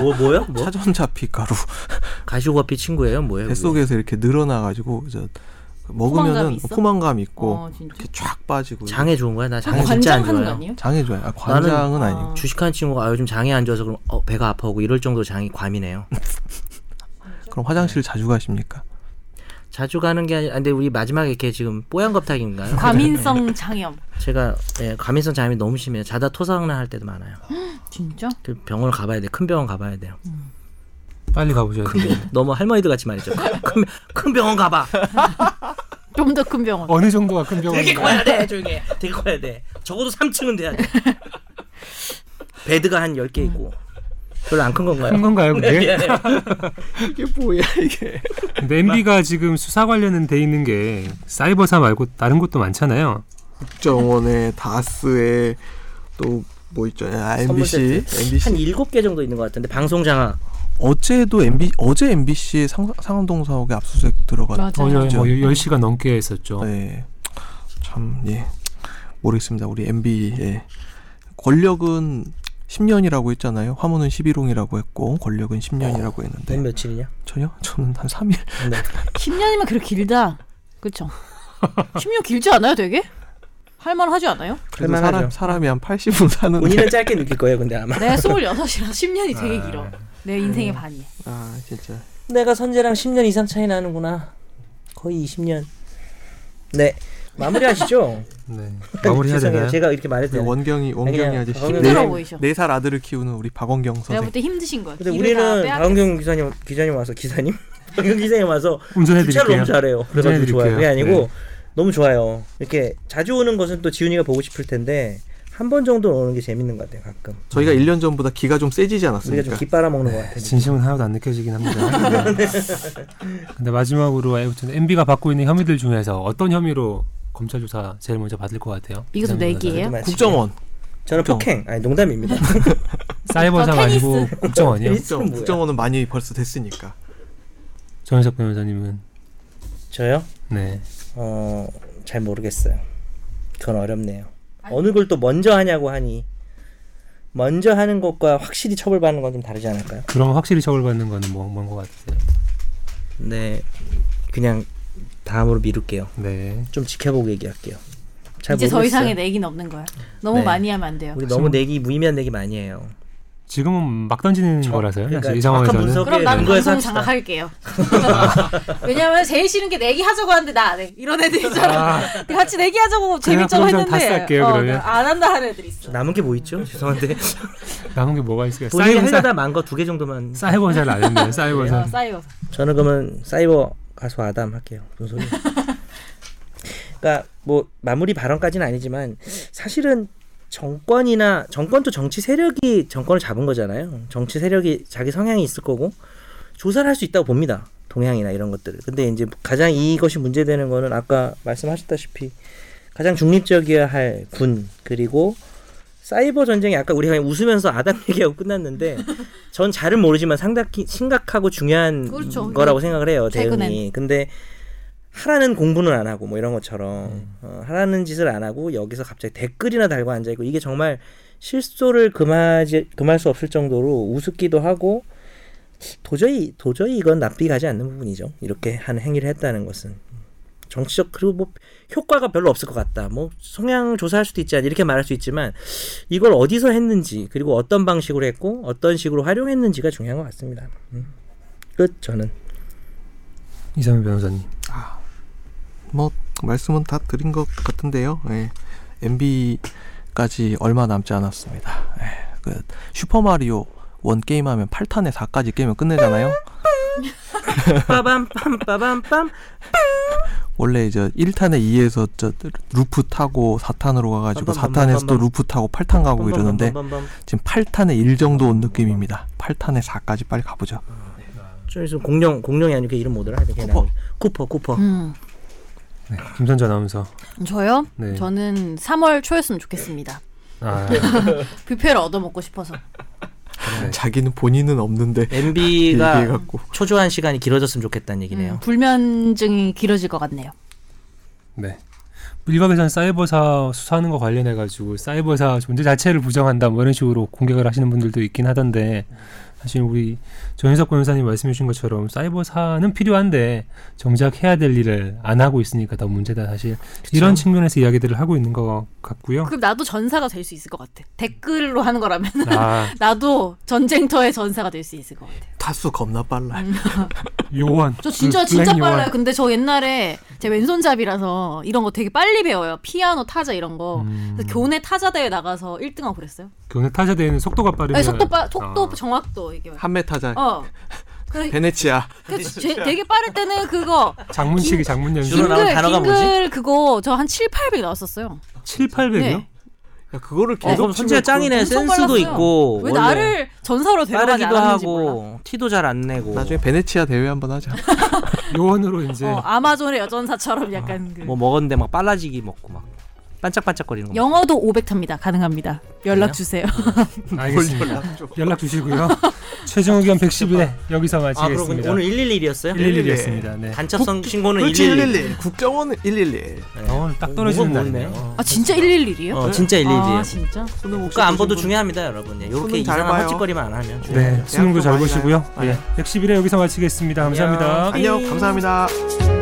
뭐 뭐요? 네, 뭐? 차전자피 가루 가시오가피 친구예요? 뭐예요? 뱃속에서 이렇게 늘어나가지고 저 포만감 먹으면은 있어? 포만감 있고 어, 진짜. 이렇게 쫙 빠지고 그거? 장에 좋은 거야? 나 장에 뭐 진짜 안 관장하는 거 좋아요. 아니에요? 장에 좋아요. 아, 관장은 나는- 아니고 아. 주식하는 친구가 아, 요즘 장에 안 좋아서 그럼 어, 배가 아파오고 이럴 정도 장이 과민해요. 그럼 화장실 자주 가십니까? 자주 가는 게 아니라 근데 우리 마지막에 이렇게 지금 뽀얀 겁탁인가요? 과민성 장염. 제가 예, 과민성 장염이 너무 심해요. 자다 토사각나 할 때도 많아요. 진짜? 그 병원을 가봐야 돼. 큰 병원 가봐야 돼요. 빨리 가보셔야 돼요. 너무 할머니들 같이 말이죠. 큰, 큰 병원 가봐. 좀 더 큰 병원. 어느 정도가 큰 되게 병원인가? 커야 돼. 조용히 해. 되게 커야 돼. 적어도 3층은 돼야 돼. 베드가 한 10개 있고. 별로 안 큰 큰 건가요? 건가요, 그게? 예. 이게 뭐야 이게? 근데 MB가 지금 수사 관련은 돼 있는 게 사이버사 말고 다른 곳도 많잖아요. 국정원에 다스에 또 뭐 있죠? 아, MBC, 세트. 한 MBC. 7개 정도 있는 것 같은데 방송 장악. 어제도 MB 어제 MBC 상, 상암동 사옥에 압수수색 들어갔. 네. 어, 예, 여- 그죠. 뭐 10시간 넘게 어? 했었죠. 네. 참 예. 모르겠습니다. 우리 MB의 권력은 10년이라고 했잖아요. 화문은 11홍이라고 했고 권력은 10년이라고 몇 했는데 네. 며칠이냐? 네. 저요? 저는 한 3일. 10년이면 그렇게 길다. 그쵸? 10년 길지 않아요, 되게? 할만하지 않아요? 그래도 할만하죠. 사람 사람이 한 80은 사는데. 본인은 짧게 느낄 거예요, 근데 아마. 내가 26이라 10년이 아. 되게 길어. 내 네. 인생의 반이. 아 진짜. 내가 선재랑 10년 이상 차이 나는구나. 거의 20년. 네. 마무리하시죠. 네. 마무리해야 죄송해요. 되나요? 네, 제가 이렇게 말해도 되나요? 네, 원경이 원경이 네, 그냥 아저씨. 박원경 힘들어 보이셔. 네살 아들을 키우는 우리 박원경 내가 선생. 볼때 힘드신 거야. 근데 길을 다 우리는 빼앗- 박은경 기사님 기자님 와서 기사님 박은경 기사님 와서 주차를 운전해드릴게요. 너무 잘해요. 그래가지고 운전해드릴게요. 좋아요. 그게 아니고 네. 너무 좋아요. 이렇게 자주 오는 것은 또 지훈이가 보고 싶을 텐데 한 번 정도 오는 게 재밌는 것 같아요. 가끔 저희가 1년 전보다 기가 좀 세지지 우리가 않았습니까? 좀 깃바라 먹는 것 같아요. 진심은 하나도 안 느껴지긴 합니다. 네. 근데 마지막으로 아무튼 MB가 받고 있는 혐의들 중에서 어떤 혐의로 검찰 조사 제일 먼저 받을 것 같아요? 이것도 기자님 내기예요? 조사는? 마치고요. 국정원. 네. 저는 폭행 아니 농담입니다. 사이버상 저 테니스. 아니고 국정원이요? 테니스. 예, 국정, 뭐야? 국정원은 많이 벌써 됐으니까. 정현석 변호사님은 저요? 네. 어 잘 모르겠어요. 그건 어렵네요. 어느 걸 또 먼저 하냐고 하니 먼저 하는 것과 확실히 처벌받는 건 좀 다르지 않을까요? 그럼 확실히 처벌받는 거는 뭐뭔것 같으세요? 네 그냥 다음으로 미룰게요. 네. 좀 지켜보고 얘기할게요. 잘 이제 더 모르겠어요. 이상의 내기는 없는 거야. 너무 네. 많이 하면 안 돼요. 우리 너무 내기 무의미한 내기 많이 해요. 지금은 막 던지는 거라서요. 사실 이 정확한 상황에서는 그러니까 분석. 그럼 나는 연구해서 방송 합시다. 장악할게요. 왜냐면 제일 싫은 게 내기 하자고 하는데 나 안 해. 이런 애들 있잖아. 같이 내기 하자고 재밌자고 그냥 했는데 방송 다 쌀게요, 어, 그러면. 안 한다 하는 애들 있어. 남은 게 뭐 있죠? 죄송한데 남은 게 뭐가 있을까요? 본인이 사이버사 하려다 만 거 두 개 정도만. 사이버사를 안 했네요. 어, 사이버사. 싸이고. 저는 그러면 사이버 가수 아담 할게요. 무슨 소리? 그러니까 뭐 마무리 발언까지는 아니지만 사실은 정권이나 정권도 정치 세력이 정권을 잡은 거잖아요. 정치 세력이 자기 성향이 있을 거고 조사를 할 수 있다고 봅니다. 동향이나 이런 것들을. 근데 이제 가장 이것이 문제되는 거는 아까 말씀하셨다시피 가장 중립적이어야 할 군 그리고 사이버 전쟁이 아까 우리가 그냥 웃으면서 아담 얘기하고 끝났는데 전 잘은 모르지만 상당히 심각하고 중요한 그렇죠. 거라고 생각을 해요. 최근엔. 대응이. 근데 하라는 공부는 안 하고 뭐 이런 것처럼 어, 하라는 짓을 안 하고 여기서 갑자기 댓글이나 달고 앉아 있고 이게 정말 실소를 금하지 금할 수 없을 정도로 우습기도 하고 도저히 도저히 이건 납득가지 않는 부분이죠. 이렇게 하는 행위를 했다는 것은 정치적 그리고 뭐 효과가 별로 없을 것 같다. 뭐 성향 조사할 수도 있지 않 이렇게 말할 수 있지만 이걸 어디서 했는지 그리고 어떤 방식으로 했고 어떤 식으로 활용했는지가 중요한 것 같습니다. 음. 끝 저는 이상민 변호사님. 뭐 말씀은 다 드린 것 같은데요. 예. MB까지 얼마 남지 않았습니다. 예. 그 슈퍼 마리오 원 게임하면 8탄에 4까지 게임을 끝내잖아요. 빠밤 빰 빠밤 빰 원래 이제 1탄에 2에서 저 루프 타고 4탄으로 가가지고 빰빰빰빰빰. 4탄에서 또 루프 타고 8탄 가고 이러는데 빰빰빰빰빰. 지금 8탄에 1 정도 온 느낌입니다. 8탄에 4까지 빨리 가보죠. 네. 좀 있으면 공룡 공룡이 아니고 그 이름 뭐더라? 하여튼 걔 쿠퍼. 나중에. 쿠퍼 쿠퍼. 음, 네, 김선재 아나운서. 음, 저요? 네. 저는 3월 초였으면 좋겠습니다. 아, 뷔페를 얻어먹고 싶어서. 네. 자기는 본인은 없는데 MB가 얘기해갖고 초조한 시간이 길어졌으면 좋겠다는 얘기네요. 음, 불면증이 길어질 것 같네요. 네. 일각에서는 사이버사 수사하는 거 관련해 가지고 사이버사 존재 자체를 부정한다 뭐 이런 식으로 공격을 하시는 분들도 있긴 하던데 사실 우리 전윤석 변호사님 말씀해 주신 것처럼 사이버사는 필요한데 정작 해야 될 일을 안 하고 있으니까 더 문제다 사실 이런 측면에서 이야기들을 하고 있는 것 같고요. 그럼 나도 전사가 될 수 있을 것 같아. 댓글로 하는 거라면 아 나도 전쟁터의 전사가 될 수 있을 것 같아요. 타수 겁나 음. 빨라. 요원. 그 저 진짜 그 블랙 진짜 요원. 빨라요. 근데 저 옛날에 제 왼손잡이라서 이런 거 되게 빨리 배워요. 피아노 타자 이런 거. 음. 그래서 교내 타자 대회 나가서 1등하고 그랬어요. 경에 타자대회는 속도가 네, 빠르면 아니, 속도 빠, 속도 아, 정확도 이게. 한메 타자 어. 그, 베네치아 그 제- 되게 빠를 때는 그거 장문치기 장문 연습 줄어 나온 긴글 단어가 뭐지? 긴글 그거 저 한 7, 800 나왔었어요. 7, 800이요? 네. 야, 그거를 어, 그럼 선재가 짱이네. 엄청 센스도 빨랐어요. 있고 왜 원래 나를 전사로 데려가지 빠르기도 않았는지 몰라. 하고 티도 잘 안 내고 나중에 베네치아 대회 한번 하자. 요원으로 이제 어, 아마존의 여전사처럼 약간 그 네. 뭐 먹었는데 막 빨라지기 먹고 막 반짝반짝거리는 거. 영어도 500 탑니다. 가능합니다. 연락 그래요? 주세요. 알겠습니다. 연락 주시고요. 최종 의견 111회 여기서 아 그러고 마치겠습니다. 오늘 111이었어요? 111이었습니다. 네. 단체성 신고는 그렇지 111. 111 국정원은 111 어, 오늘 딱 떨어지는 뭐가 뭐네. 날이네요. 아 진짜 111이요? 어, 진짜 111이에요. 아 진짜? 수능 혹시 국가 안보도 보신 분? 중요합니다, 여러분. 예, 이렇게 손은 잘 이상한 봐요. 헛짓거리만 안 하면. 네, 수능도 잘 많이 보시고요. 봐요. 예. 111회 여기서 마치겠습니다. 감사합니다. 안녕. 안녕 감사합니다.